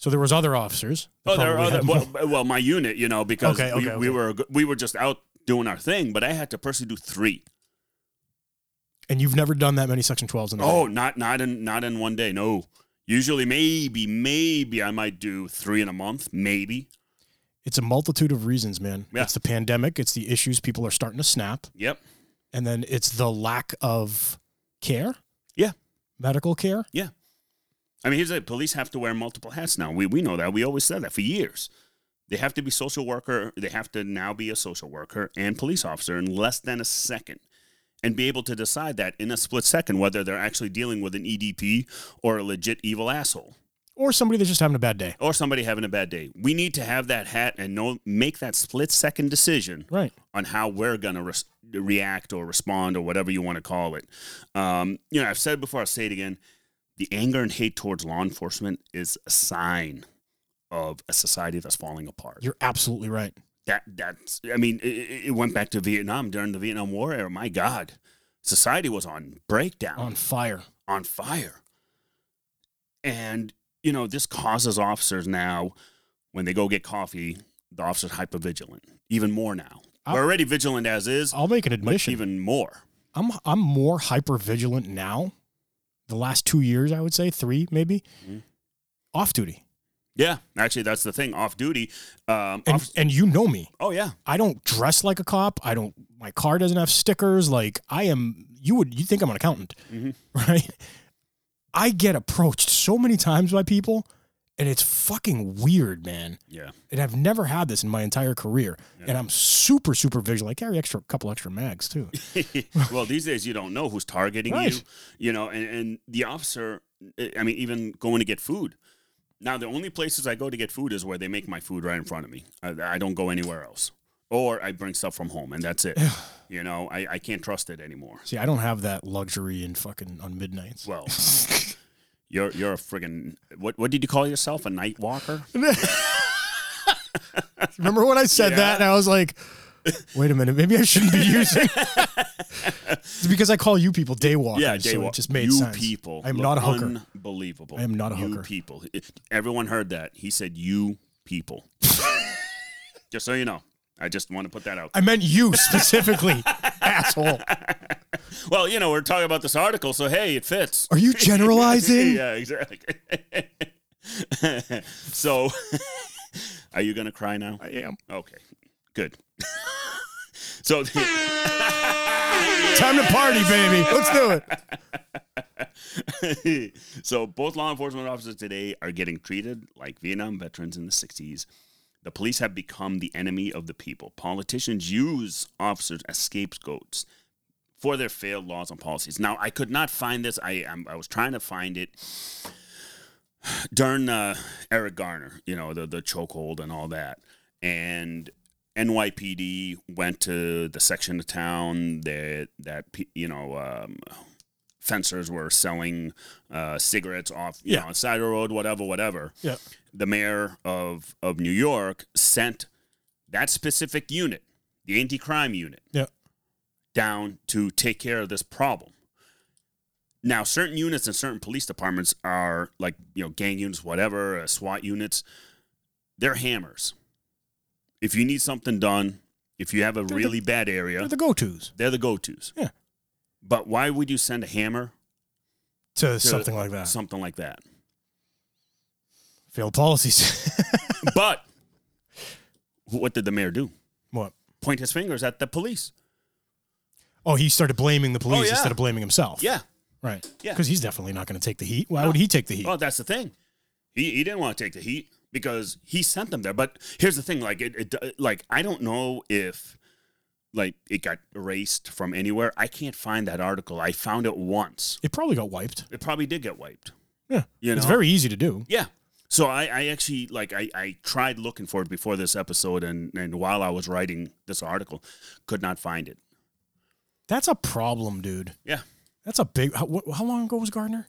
So there was other officers. that
Oh, there are
probably
other.
had
Well,
more-
well, my unit, you know, because
Okay,
we,
okay, okay.
we were we were just out doing our thing, but I had to personally do three.
and you've never done that many Section Twelves in a
Oh,
day.
not not in not in one day. No, usually maybe maybe I might do three in a month, maybe.
It's a multitude of reasons, man.
Yeah.
It's the pandemic. It's the issues people are starting to snap,
Yep.
and then it's the lack of care.
Yeah.
medical care.
I mean, here's the police have to wear multiple hats now. We we know that. We always said that for years. They have to be social worker. They have to now be a social worker and police officer in less than a second, and be able to decide that in a split second whether they're actually dealing with an EDP or a legit evil asshole.
Or somebody that's just having a bad day.
or somebody having a bad day. We need to have that hat and know make that split second decision
Right.
on how we're gonna res- react or respond or whatever you want to call it. Um, you know, I've said it before. I'll say it again. The anger and hate towards law enforcement is a sign of a society that's falling apart.
You're absolutely right.
that that's. I mean, it, it went back to Vietnam during the Vietnam War era. My God, society was on breakdown
On fire.
on fire. And, you know, this causes officers now, when they go get coffee, the officers hypervigilant, even more now.
I-
We're already vigilant as is,
I'll make an
but
admission.
even more.
I'm I'm more hyper vigilant now. The last two years, I would say three, maybe.
Mhm.
Off duty,
Yeah, actually, that's the thing. Off duty. Um,
and
offic-
and you know me.
oh, yeah.
I don't dress like a cop. I don't. My car doesn't have stickers. Like I am. You would. You think I'm an accountant,
Mhm.
[LAUGHS] right? I get approached so many times by people, and it's fucking weird, man.
Yeah.
And I've never had this in my entire career.
Yeah.
And I'm super, super vigilant. I carry extra, couple extra mags too.
[LAUGHS] well, these days you don't know who's targeting you,
Right.
you know, and, and the officer, eh, I I mean, even going to get food. Now, the only places I go to get food is where they make my food right in front of me. I, I don't go anywhere else. Or I bring stuff from home and that's it. you know, I, I can't trust it anymore.
[LAUGHS] See, I don't have that luxury in fucking on midnights.
Well, You're you're a friggin' what? What did you call yourself? A night walker?
[LAUGHS] Remember when I said
Yeah.
that and I was like, wait a minute, maybe I shouldn't
[LAUGHS]
be using. it's because I call you people daywalkers.
yeah,
so
daywalk-
it just made
you
sense.
people.
I'm
look
not a hooker.
Unbelievable.
I am not a
you
hooker.
people. It- everyone heard that. He said you people. [LAUGHS] just so you know, I just want to put that out.
I meant you
[LAUGHS]
specifically, asshole.
Well, you know, we're talking about this article, so hey, it fits.
Are you generalizing?
[LAUGHS] yeah, exactly. so, [LAUGHS] are you gonna cry now?
I am.
Okay, good. [LAUGHS] so, [LAUGHS]
Time to party, baby. Let's do it.
[LAUGHS] so both law enforcement officers today are getting treated like Vietnam veterans in the '60s. The police have become the enemy of the people. Politicians use officers as scapegoats for their failed laws and policies. Now, I could not find this. I I'm, I was trying to find it during uh, Eric Garner, you know, the the chokehold and all that, and NYPD went to the section of town that that pe- you know. Um, Fencers were selling uh, cigarettes off, you
Yeah.
know, on the side of the road, whatever, whatever
Yeah.
the mayor of of New York sent that specific unit, the anti-crime unit,
Yeah.
down to take care of this problem. Now, certain units and certain police departments are like you know gang units, whatever, uh, SWAT units. They're hammers. If you need something done, if you have a
the-
really bad area,
They're the go tos
they're the go-tos.
Yeah.
But why would you send a hammer,
to something like that.
something like that? [LAUGHS]
Failed policies. [LAUGHS]
but what did the mayor do?
what?
Point his fingers at the police.
Oh, he started blaming the police
Oh, yeah.
instead of blaming himself.
Yeah.
Right.
Yeah. Uh,
Because he's definitely not going to take the heat. Why would he take the heat?
Well, Oh, that's the thing. He he didn't want to take the heat because he sent them there. But here's the thing: like it, it like I don't know if like it got erased from anywhere. I can't find that article. I found it once.
It probably got wiped.
It probably did get wiped.
Yeah.
You
It's
know?
very easy to do.
Yeah. So I, I actually like I, I tried looking for it before this episode and, and while I was writing this article, could not find it.
That's a problem, dude.
Yeah.
That's a big. How, wh- how long ago was Gardner?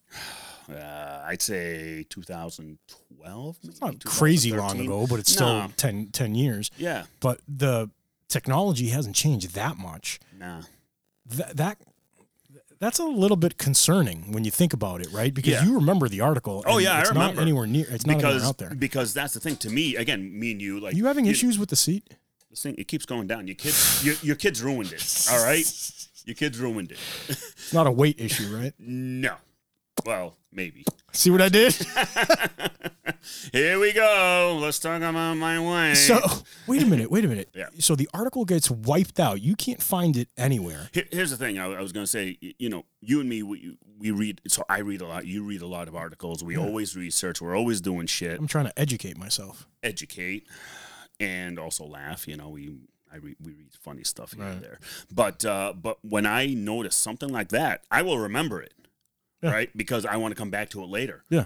Uh, I'd say 2012.
It's not crazy long ago, but it's still
Nah.
10, 10 years.
Yeah.
But the technology hasn't changed that much.
Nah.
Th- that that's a little bit concerning when you think about it, right? Because
Yeah.
you remember the article.
Oh,
and
yeah, I
it's
remember.
not anywhere near. It's not anywhere
because
out there.
because that's the thing to me again me and you like
Are you having
you-
issues with the seat?
this thing it keeps going down your kids your, your kids ruined it all right your kids ruined it
It's not a weight issue,
[LAUGHS]
right?
no well maybe [LAUGHS]
See what I did?
here we go let's talk about my way
[LAUGHS] So wait a minute, wait a minute.
Yeah.
So the article gets wiped out. You can't find it anywhere.
Here- here's the thing I, I was going to say y- you know you and me we, we read so i read a lot you read a lot of articles we always research we're always doing shit
I'm trying to educate myself.
educate and also laugh. You know, we I re- we read funny stuff here
Right.
and there. But uh, but when I notice something like that, I will remember it,
Yeah.
right? Because I want to come back to it later.
Yeah.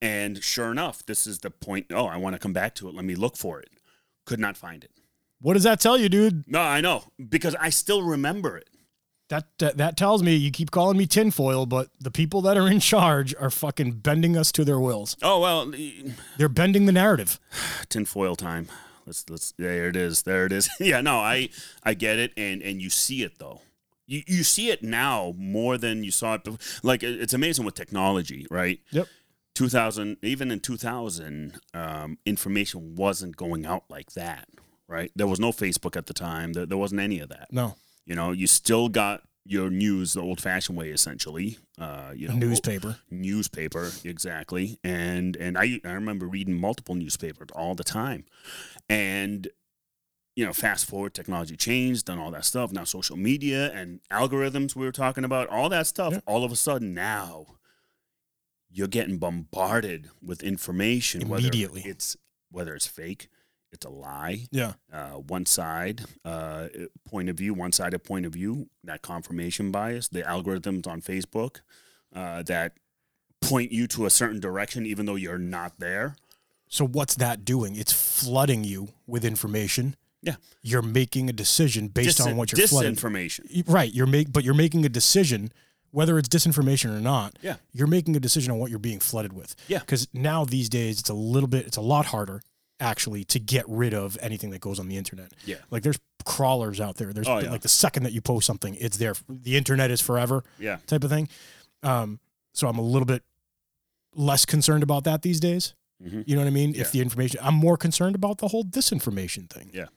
And sure enough, this is the point. Oh, I want to come back to it. Let me look for it. Could not find it.
What does that tell you, dude?
No, I know because I still remember it.
That that, that tells me you keep calling me tinfoil, but the people that are in charge are fucking bending us to their wills.
Oh well, e-
They're bending the narrative.
tinfoil time. Let's let's there it is. There it is. [LAUGHS] yeah, no, I I get it and and you see it though. You you see it now more than you saw it before. Like it- it's amazing with technology, right?
Yep.
2000 even in 2000 um, information wasn't going out like that, right? There was no Facebook at the time. There, there wasn't any of that.
No,
You know, you still got your news the old-fashioned way essentially. Uh, you
a
know,
newspaper.
newspaper exactly and and I, I remember reading multiple newspapers all the time and you know fast forward technology changed and all that stuff now social media and algorithms we were talking about all that stuff
Yeah.
all of a sudden now you're getting bombarded with information whether
Immediately.
it's whether it's fake it's a lie
Yeah.
uh, one side uh, point of view, one sided point of view, that confirmation bias, the algorithms on Facebook uh, that point you to a certain direction even though you're not there.
So what's that doing? It's flooding you with information.
Yeah.
You're making a decision based
Disin-
on what you're flooded.
disinformation.
Right. You're make, but you're making a decision whether it's disinformation or not,
Yeah.
you're making a decision on what you're being flooded with.
Yeah.
Because now these days it's a little bit, it's a lot harder actually to get rid of anything that goes on the internet.
Yeah.
Like there's crawlers out there. There's
Oh, yeah.
like the second that you post something, it's there. The internet is forever
Yeah.
type of thing. Um, so I'm a little bit less concerned about that these days.
Mhm.
You know what I mean?
Yeah.
If the information, I'm more concerned about the whole disinformation thing.
Yeah. Um,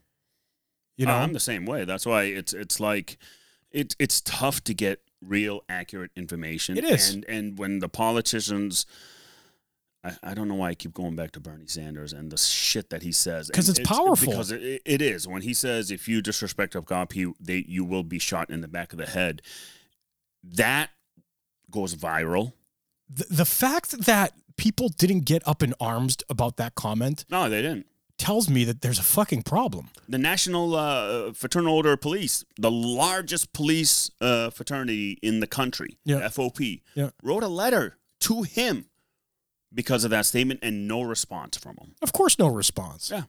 You know,
Oh, I'm the same way. That's why it's it's like it it's tough to get real accurate information.
It is.
and and when the politicians. I, I don't know why I keep going back to Bernie Sanders and the shit that he says.
'Cause
And
it's powerful.
Because it, it is when he says, "If you disrespect a cop, he they, you will be shot in the back of the head." That goes viral.
the, the fact that people didn't get up in arms about that comment
No, they didn't.
tells me that there's a fucking problem.
the National uh, Fraternal Order of Police, the largest police uh, fraternity in the country,
Yeah.
FOP,
Yeah.
wrote a letter to him because of that statement and no response from him.
Of course, no response.
Yeah.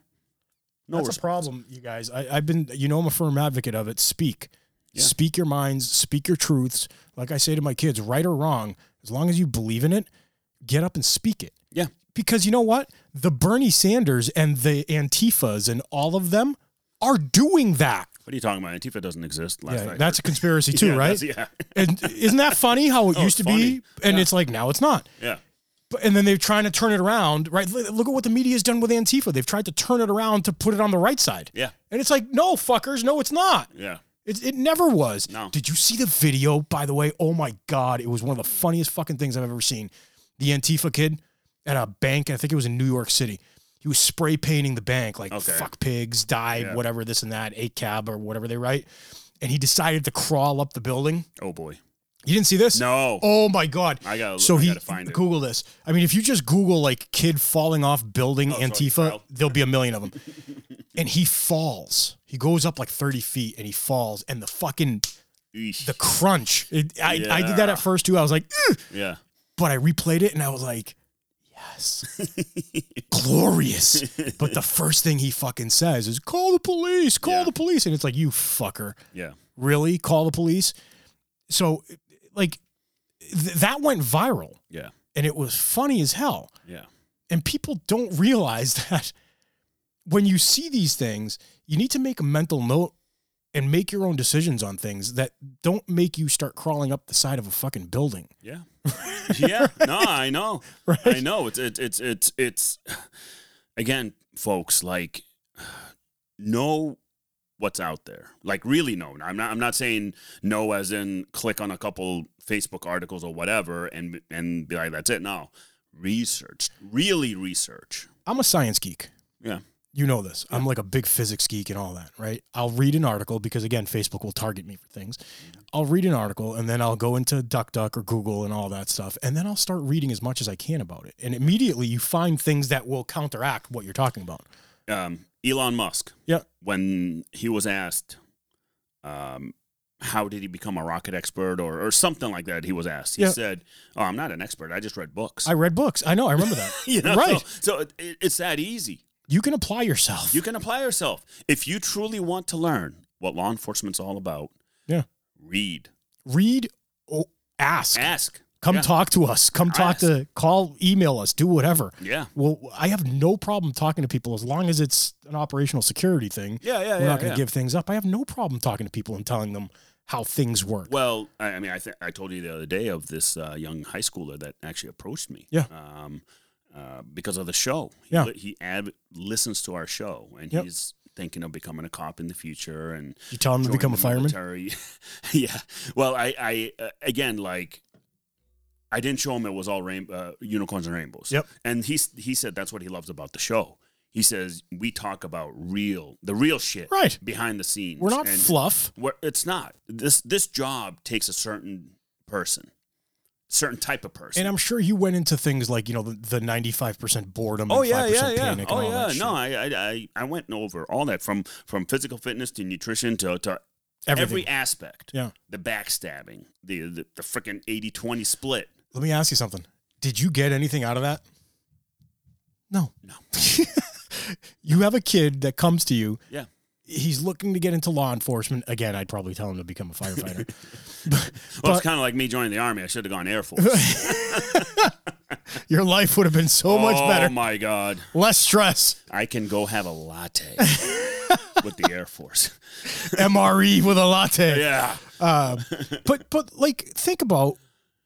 No
That's a
response.
problem, you guys. I, I've been, you know, I'm a firm advocate of it. Speak,
Yeah.
speak your minds, speak your truths. Like I say to my kids, right or wrong, as long as you believe in it, get up and speak it.
Yeah.
Because you know what? The Bernie Sanders and the Antifas and all of them are doing that.
What are you talking about? Antifa doesn't exist. Last
Yeah,
night.
that's a
[LAUGHS]
conspiracy too,
Yeah,
right?
that's- Yeah.
And isn't that funny how it
Oh,
used to
it's
be? And
Yeah.
it's like now it's not.
Yeah.
But, and then they're trying to turn it around, right? Look look at what the media's done with Antifa. They've tried to turn it around to put it on the right side.
Yeah.
And it's like, no, fuckers, no, it's not.
Yeah.
It, it never was.
No.
Did you see the video, by the way? Oh my God. It was one of the funniest fucking things I've ever seen. The Antifa kid at a bank, I think it was in New York City. He was spray painting the bank, like
Okay.
fuck pigs, die,
Yeah.
whatever, this and that, eight cab or whatever they write. And he decided to crawl up the building.
Oh boy.
You didn't see this?
No.
Oh my God.
I gotta.
So
I
he
gotta find it.
Google this. I mean, if you just Google like kid falling off building
Oh, sorry,
Antifa,
Kyle.
there'll be a million of them. [LAUGHS] and he falls. He goes up like thirty feet and he falls, and the fucking
Eesh.
the crunch. It, I I did that
Yeah.
at first too. I was like, "Ugh,"
yeah.
but I replayed it and I was like,
[LAUGHS]
yes, glorious. But the first thing he fucking says is, "Call the police! Call
Yeah.
the police!" And it's like, you fucker
Yeah.
really call the police so like th- that went viral
Yeah.
and it was funny as hell
Yeah.
and people don't realize [LAUGHS] that when you see these things you need to make a mental note and make your own decisions on things that don't make you start crawling up the side of a fucking building
Yeah. yeah. No, I know. I know. It's it's it's it's it's again, folks, like know what's out there. Like really know. I'm not I'm not saying no as in click on a couple Facebook articles or whatever and and be like, that's it. No. Research. Really research.
i'm a science geek
Yeah.
you know this. I'm like a big physics geek and all that, right? I'll read an article because again, Facebook will target me for things.
Mm-hmm.
I'll read an article and then I'll go into DuckDuck or Google and all that stuff, and then I'll start reading as much as I can about it. And immediately you find things that will counteract what you're talking about.
Um Elon Musk.
Yeah.
When he was asked um how did he become a rocket expert or, or something like that? He was asked. He
Yeah.
said, Oh, I'm not an expert. I just read books. [LAUGHS]
I read books. I know. I remember that.
You know,
Right.
So, so it, it- it's that easy.
You can apply yourself.
You can apply yourself. If you truly want to learn what law enforcement's all about,
Yeah.
read,
read, oh, ask,
ask.
come
yeah.
talk to us, come talk to, call, email us, do whatever.
Yeah.
Well, I have no problem talking to people as long as it's an operational security thing.
Yeah, yeah,
we're not going to give things up. I have no problem talking to people and telling them how things work.
Well, I, I mean, I, th- I told you the other day of this uh, young high schooler that actually approached me.
Yeah.
Um, uh, because of the show. He
Yeah.
li- He, ad- listens to our show and
Yep.
he's thinking of becoming a cop in the future and
You tell them to
join
become a
the
fireman.
military. [LAUGHS] yeah. Well, I, I uh, again, like, I didn't show him it was all rain, uh, unicorns and rainbows.
Yep.
And he s- he said that's what he loves about the show. He says we talk about real, the real shit,
Right.
behind the scenes.
We're not
and
fluff.
we're- it's not this this job takes a certain person, certain type of person.
And I'm sure you went into things like, you know, the, the 95% boredom
Oh
and
yeah,
5%
yeah, yeah.
panic
Oh
and all that
yeah.
shit.
No, I, I, I, I went over all that from from physical fitness to nutrition to, to
Everything.
every aspect.
Yeah.
The backstabbing, the the, the freaking 80-20 split.
Let me ask you something. Did you get anything out of that? No.
No.
[LAUGHS] you have a kid that comes to you.
Yeah.
he's looking to get into law enforcement again. I'd probably tell him to become a
[LAUGHS]
firefighter. but,
Well,
but
it's kind of like me joining the army. I should have gone
[LAUGHS]
Air Force.
your life would have been so much
Oh
better,
my God.
less stress.
I can go have
[LAUGHS]
a latte with the Air Force.
MRE E with a latte.
Yeah. [LAUGHS]
Uh, but but like think about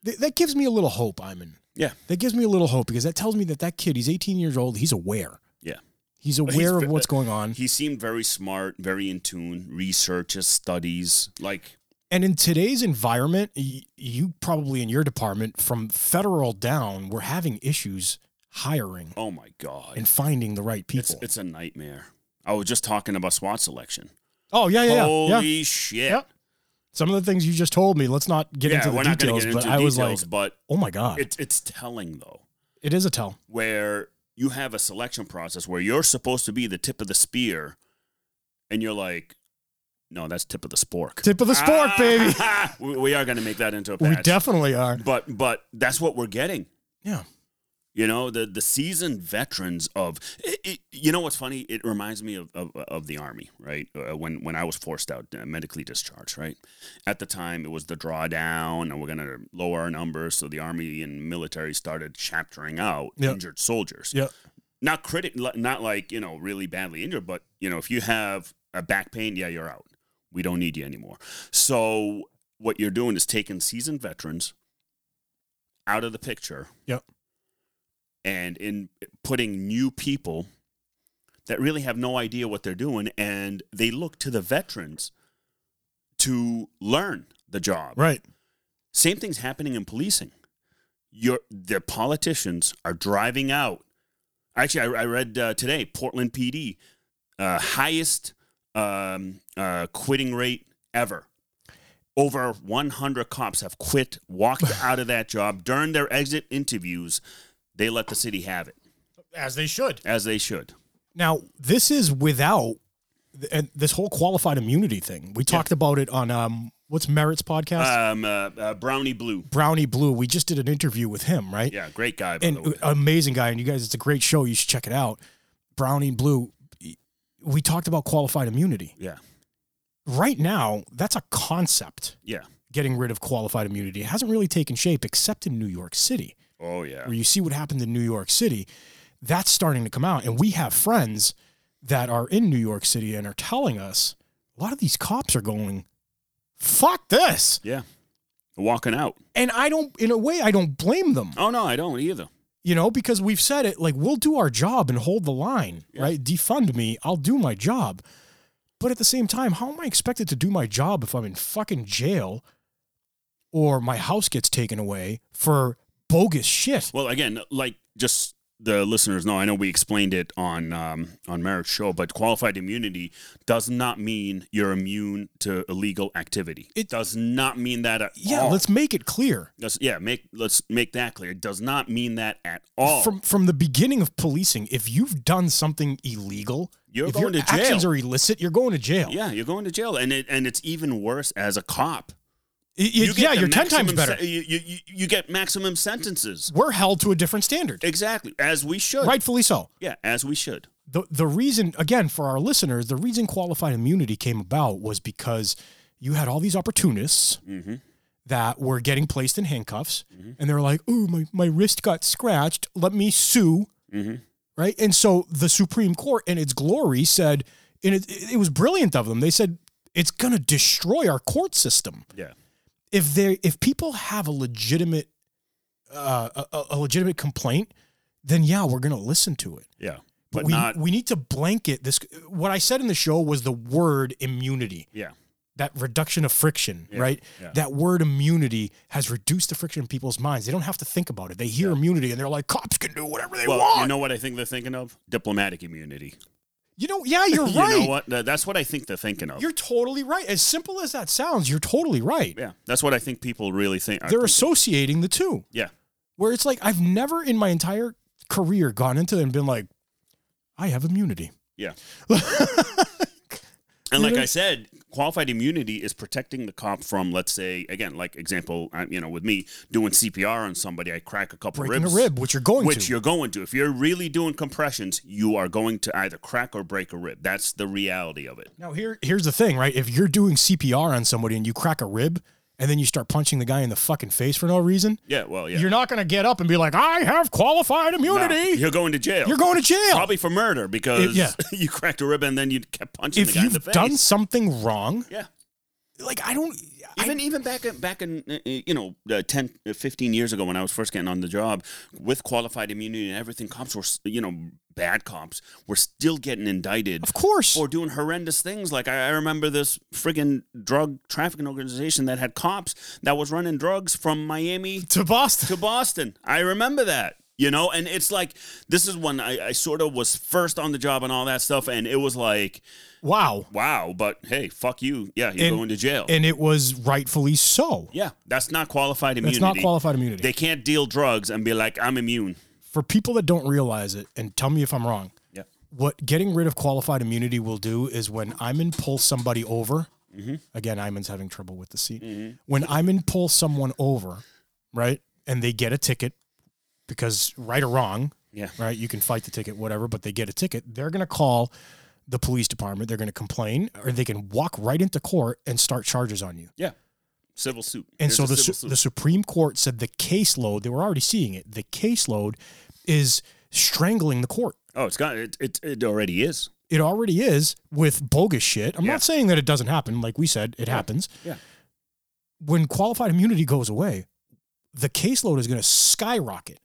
th- that gives me a little hope, Iman.
Yeah.
That gives me a little hope because that tells me that that kid, he's 18 years old, he's aware.
Yeah.
He's aware
he's
of
ve-
what's going on.
He seemed very smart, very in tune, researches, studies. Like,
And in today's environment, y- you probably in your department from federal down, we're having issues hiring
oh my God.
and finding the right
It's,
people.
it's a nightmare. I was just talking about SWAT selection.
oh yeah, yeah, yeah,
Holy
yeah.
shit.
Yep. Some of the things you just told me, let's not get
yeah,
into the
we're not going
details,
to get into
but I was
details,
like,
but
oh my god,
it, it's telling though,
it is a tell.
where you have a selection process where you're supposed to be the tip of the spear, and you're like, no, that's tip of the spork.
Tip of the spork,
[LAUGHS]
baby.
Ah, we, we are going to make that into a
We
patch.
definitely are.
but but that's what we're getting.
Yeah.
You know the the seasoned veterans of it, it, you know what's funny? It reminds me of of, of the army, right? Uh, when when I was forced out, uh, medically discharged, right? At the time, it was the drawdown, and we're gonna lower our numbers, so the army and military started chaptering out
Yep.
injured soldiers.
Yep.
Not critic, li- not like you know really badly injured, but you know if you have a back pain, yeah, you're out. We don't need you anymore. So what you're doing is taking seasoned veterans out of the picture
Yep.
and in putting new people that really have no idea what they're doing and they look to the veterans to learn the job
Right.
same thing's happening in policing your the politicians are driving out actually i, I read uh, today portland pd uh, highest um, uh, quitting rate ever over 100 cops have quit walked out of that job during their exit interviews they let the city have it
As they should.
as they should
Now, this is without th- and this whole qualified immunity thing. We talked about it on um what's Merritt's podcast?
um, uh, uh, brownie blue
Brownie Blue. We just did an interview with him, right?
yeah great guy by
and
the way.
amazing guy. And you guys, it's a great show. You should check it out. Brownie Blue. We talked about qualified immunity.
yeah
Right now, that's a concept.
yeah
Getting rid of qualified immunity it hasn't really taken shape except in New York City,
oh yeah
where you see what happened in New York City. That's starting to come out, and we have friends that are in New York City and are telling us a lot of these cops are going, "Fuck this,"
yeah walking out
and I don't. In a way, I don't blame them.
oh no i don't either
you know, because we've said it like we'll do our job and hold the line, right? Defund me, I'll do my job. But at the same time, how am I expected to do my job if I'm in fucking jail or my house gets taken away for bogus shit?
Well, again, like just the listeners know, I know we explained it on um, on Merrick's show, but qualified immunity does not mean you're immune to illegal activity.
It-
It does not mean that at
Yeah,
all.
let's make it clear.
Let's- yeah, make let's make that clear. It does not mean that at all.
From from the beginning of policing, if you've done something illegal,
You're
if
going
your
to jail.
actions are illicit, you're going to jail.
yeah, you're going to jail, and it and it's even worse as a cop.
Y- y-
You get
yeah,
the
you're ten times
maximum
better.
se- you, you you- you get maximum sentences.
We're held to a different standard,
Exactly, as we should.
rightfully so.
Yeah, as we should.
the the reason again for our listeners, the reason qualified immunity came about was because you had all these opportunists that were getting placed in handcuffs, and they were like, "Ooh, my my wrist got scratched. Let me sue." Right, and so the Supreme Court, in its glory, said, and it, it was brilliant of them. They said it's going to destroy our court system
Yeah.
if they if people have a legitimate uh, a- a, a legitimate complaint, then yeah, we're going to listen to it.
Yeah.
But
But
we,
not.
we need to blanket this. What I said in the show was the word immunity,
Yeah.
that reduction of friction, right?
yeah.
That word immunity has reduced the friction in people's minds. They don't have to think about it. They hear immunity and they're like, cops can do whatever they
Well,
want.
you know what I think they're thinking of? Diplomatic immunity.
You know, yeah, you're
[LAUGHS] you
right.
know what? Th- That's what I think they're thinking of.
You're totally right. As simple as that sounds, you're totally right.
yeah, that's what I think people really think. are
They're
thinking.
associating the two,
yeah,
where it's like, I've never in my entire career gone into it and been like, I have immunity. [LAUGHS]
yeah. and
You
like
know-
I said, qualified immunity is protecting the cop from, let's say, again, like example, I, you know, with me doing CPR on somebody, I crack a couple
Breaking
ribs,
a rib, which you're going
which
to.
you're going to. If you're really doing compressions, you are going to either crack or break a rib. That's the reality of it.
Now here here's the thing, right? If you're doing CPR on somebody and you crack a rib and then you start punching the guy in the fucking face for no reason,
Yeah, well, yeah.
you're not going to get up and be like, "I have qualified
No,
immunity."
you're going to jail.
You're going to jail.
probably for murder because
yeah.
[LAUGHS] you cracked a rib and then you kept punching the
if
guy in the
you've
face.
done something wrong,
yeah.
like I don't I-
Even even back in, back in uh, uh, you know uh, 10 uh, 15 years ago when I was first getting on the job with qualified immunity and everything cops were s- you know bad cops were still getting indicted
of course.
for doing horrendous things like I, I remember this friggin' drug trafficking organization that had cops that was running drugs from Miami
to Boston. [LAUGHS]
to Boston. I remember that. You know, and it's like this is when I, I sort of was first on the job and all that stuff, and it was like,
Wow.
wow, but hey, fuck you, yeah, you're
And-
going to jail.
And it was rightfully so.
Yeah, that's not qualified immunity.
That's not qualified immunity.
They can't deal drugs and be like, I'm immune.
for people that don't realize it, and tell me if I'm wrong,
Yeah.
what getting rid of qualified immunity will do is when Iman pulls somebody over,
Mm-hmm.
again, Iman's having trouble with the seat. When Iman pulls someone over, right, and they get a ticket because right or wrong,
Yeah.
right, you can fight the ticket, whatever, but they get a ticket, they're going to call the police department, they're going to complain, or they can walk right into court and start charges on you.
Yeah. Civil suit.
And
There's
so
a
the,
civil
su-
suit.
the Supreme Court said the caseload, they were already seeing it, the caseload is strangling the court.
oh, it's got it, it. It already is.
It already is with bogus shit. I'm
Yeah.
not saying that it doesn't happen. Like we said, it happens.
Yeah.
When qualified immunity goes away, the caseload is going to skyrocket.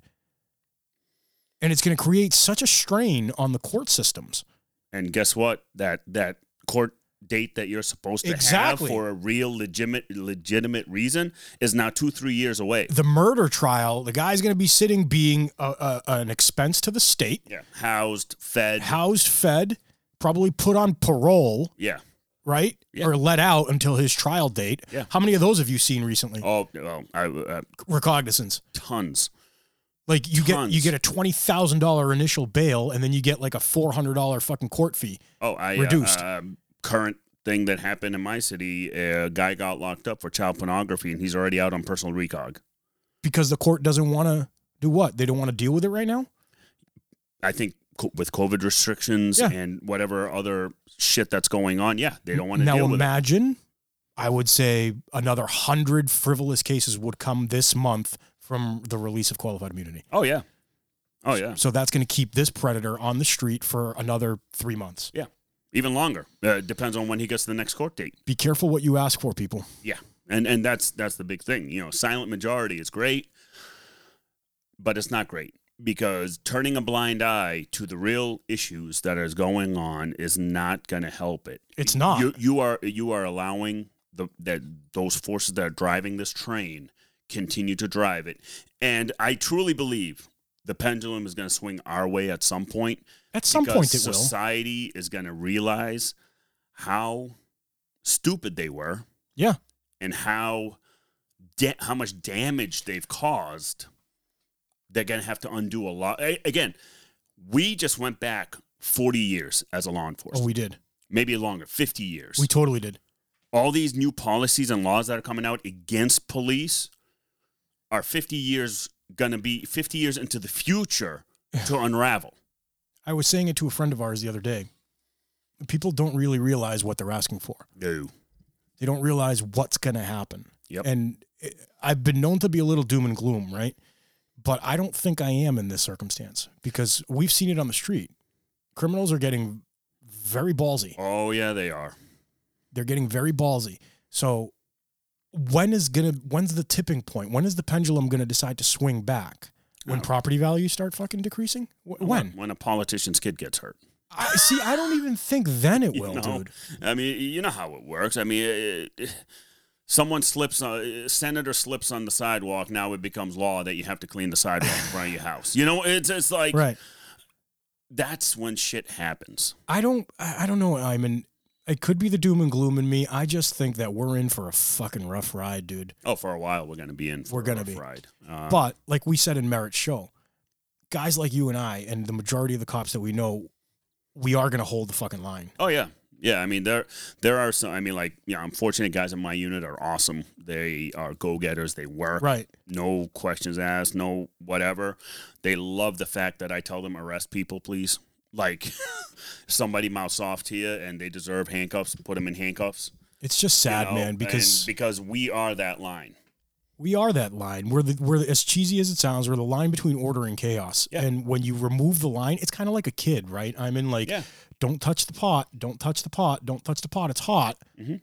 And it's going to create such a strain on the court systems.
And guess what? That that court date that you're supposed to
Exactly.
have for a real legitimate legitimate reason is now two three years away.
The murder trial, the guy's going to be sitting being a, a, an expense to the state,
Yeah. Housed, fed.
housed, fed, probably put on parole.
yeah.
right?
Yeah.
Or let out until his trial date.
Yeah.
How many of those have you seen recently?
Oh, well, I, uh,
Recognizance.
tons.
Like you get
Tons.
you get a twenty thousand dollar initial bail, and then you get like a four hundred dollar fucking court fee.
Oh, I uh,
Reduced.
Uh, current thing that happened in my city, a guy got locked up for child pornography, and he's already out on personal recog.
Because the court doesn't want to do what? They don't want to deal with it right now?
I think co- with COVID restrictions
Yeah.
and whatever other shit that's going on, yeah, they don't want to
now
deal with it.
imagine I would say another hundred frivolous cases would come this month from the release of qualified immunity.
Oh yeah, oh yeah,
So that's gonna keep this predator on the street for another three months.
even longer. Uh, depends on when he gets to the next court date.
Be careful what you ask for, people.
Yeah, and and that's that's the big thing. You know, silent majority is great, but it's not great because turning a blind eye to the real issues that is going on is not going to help it.
It's not.
You you are you are allowing the that those forces that are driving this train continue to drive it, and I truly believe the pendulum is going to swing our way at some point.
At some
because
point it will.
society is going to realize how stupid they were
Yeah.
and how da- how much damage they've caused, they're going to have to undo a lot. A- Again, we just went back 40 years as a law
Oh,
enforcement,
we did.
maybe longer, 50 years.
We totally did.
All these new policies and laws that are coming out against police are 50 years going to be 50 years into the future to unravel.
I was saying it to a friend of ours the other day. People don't really realize what they're asking for.
No.
They don't realize what's going to happen.
Yep.
And it- I've been known to be a little doom and gloom, right? But I don't think I am in this circumstance because we've seen it on the street. Criminals are getting very ballsy.
Oh yeah, they are.
They're getting very ballsy. So when is going to when's the tipping point? When is the pendulum going to decide to swing back? When
Oh.
property values start fucking decreasing? Wh- When?
When a politician's kid gets hurt.
I see I don't even think then it
You
will,
know?
dude.
I mean, you know how it works. I mean, it, it- someone slips, on, a senator slips on the sidewalk. Now it becomes law that you have to clean the sidewalk in front of your house. You know, it's it's like
Right.
that's when shit happens.
I don't I I don't know, I'm in it could be the doom and gloom in me. I just think that we're in for a fucking rough ride, dude.
Oh, for a while we're gonna be in. For
We're gonna
a
be.
rough ride. Uh,
But like we said in Merritt's show, guys like you and I and the majority of the cops that we know, we are gonna hold the fucking line.
oh yeah, Yeah, I mean there there are some. I mean, like yeah, I'm fortunate. Guys in my unit are awesome. They are go getters. They work.
Right.
No questions asked. No whatever. They love the fact that I tell them arrest people, please. Like [LAUGHS] somebody mouths off to you and they deserve handcuffs. Put them in handcuffs.
It's just
you
sad,
know,
man, because
and because we are that line.
we are that line. We're the we're the, as cheesy as it sounds. We're the line between order and chaos.
Yeah.
And when you remove the line, it's kind of like a kid, right? I'm in like,
Yeah.
don't touch the pot, don't touch the pot, don't touch the pot. It's hot,
Mhm.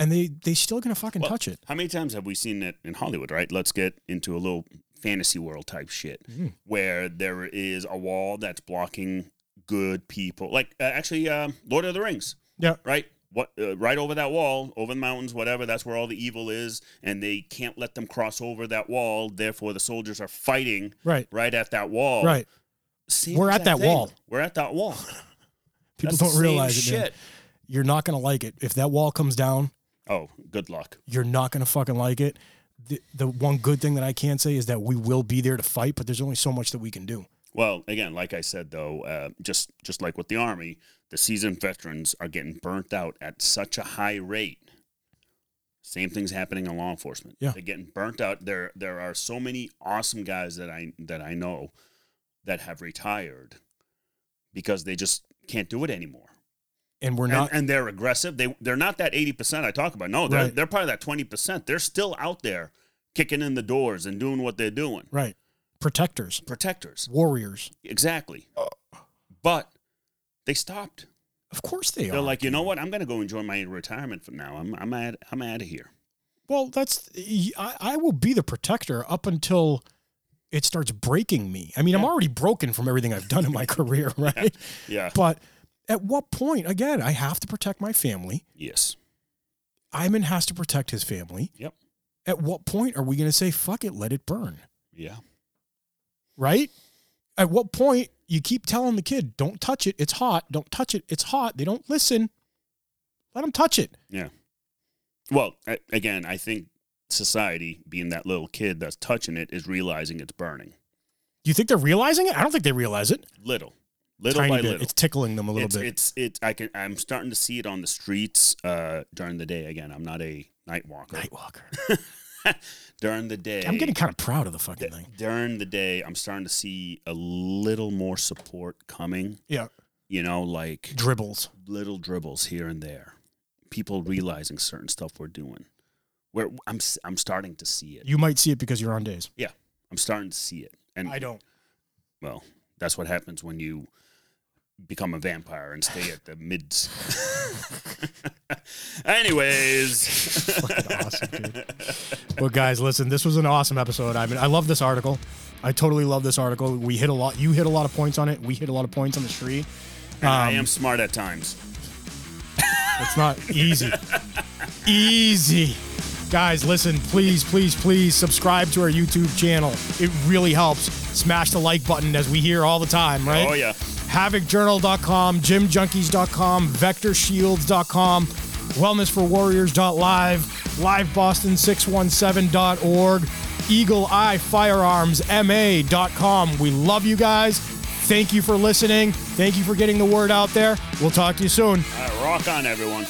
and they they still gonna fucking
Well,
touch it.
How many times have we seen it in Hollywood, right? Let's get into a little fantasy world type shit
Mhm.
where there is a wall that's blocking good people. Like, uh, actually, um, Lord of the Rings.
Yeah.
Right? What, uh, right over that wall, over the mountains, whatever, that's where all the evil is, and they can't let them cross over that wall. Therefore, the soldiers are fighting
Right,
right at that wall.
right.
Same
We're at
exact
that
thing.
wall.
We're at that
[LAUGHS]
wall.
People
That's the
don't
same
realize it.
shit.
Man. You're not gonna like it if that wall comes down.
Oh, good luck.
You're not gonna fucking like it. The, the one good thing that I can say is that we will be there to fight, but there's only so much that we can do.
Well, again, like I said, though, uh, just just like with the army, the seasoned veterans are getting burnt out at such a high rate. Same thing's happening in law enforcement.
Yeah.
they're getting burnt out. There, there are so many awesome guys that I that I know that have retired because they just can't do it anymore.
And we're
And,
not
and they're aggressive. They they're not that eighty percent I talk about. No, they're
Right.
they're part of that twenty percent. They're still out there kicking in the doors and doing what they're doing.
right. Protectors,
Protectors.
warriors.
Exactly.
Uh,
But they stopped.
Of course they
They're
are.
like, you know what? I'm going to go enjoy my retirement from now. I'm I'm out, I'm out of here.
Well, that's I, I will be the protector up until it starts breaking me. I mean, I'm
Yeah.
already broken from everything I've done in my [LAUGHS] career, right?
Yeah.
But at what point again, I have to protect my family.
Yes.
Iman has to protect his family.
Yep.
At what point are we going to say fuck it, let it burn,
Yeah.
right? At what point you keep telling the kid, "Don't touch it. It's hot. Don't touch it. It's hot." They don't listen. Let them touch it.
Well, a- again, I think society, being that little kid that's touching it, is realizing it's burning.
Do you think they're realizing it? I don't think they realize it.
Little, little
Tiny
by
bit.
little.
It's tickling them a little
it's,
bit.
It's it's I can I'm starting to see it on the streets uh, during the day. Again, I'm not a night walker. [LAUGHS]
Nightwalker.
During the day,
I'm getting kind of proud of the fucking
d-
thing.
during the day, I'm starting to see a little more support coming.
Yeah.
You know, like
Dribbles.
little dribbles here and there. People realizing certain stuff we're doing. Where I'm, s- I'm starting to see it.
You might see it because you're on days.
I'm starting to see it, and
I don't.
well, that's what happens when you become a vampire and stay at the mids. [LAUGHS] Anyways, [LAUGHS]
[LAUGHS] Fucking awesome, dude. [LAUGHS] Well, guys, listen, this was an awesome episode. I mean, I love this article. I totally love this article. We hit a lot. You hit a lot of points on it. We hit a lot of points on the street.
And I am smart at times.
It's not [LAUGHS] easy. easy. Guys, listen, please, please, please subscribe to our YouTube channel. It really helps. Smash the like button as we hear all the time, right?
Oh yeah,
havocjournal.com, gymjunkies.com, vectorshields.com, wellnessforwarriors.live, liveboston617.org, eagleeyefirearmsma.com. We love you guys. Thank you for listening. Thank you for getting the word out there. We'll talk to you soon.
All right, rock on, everyone.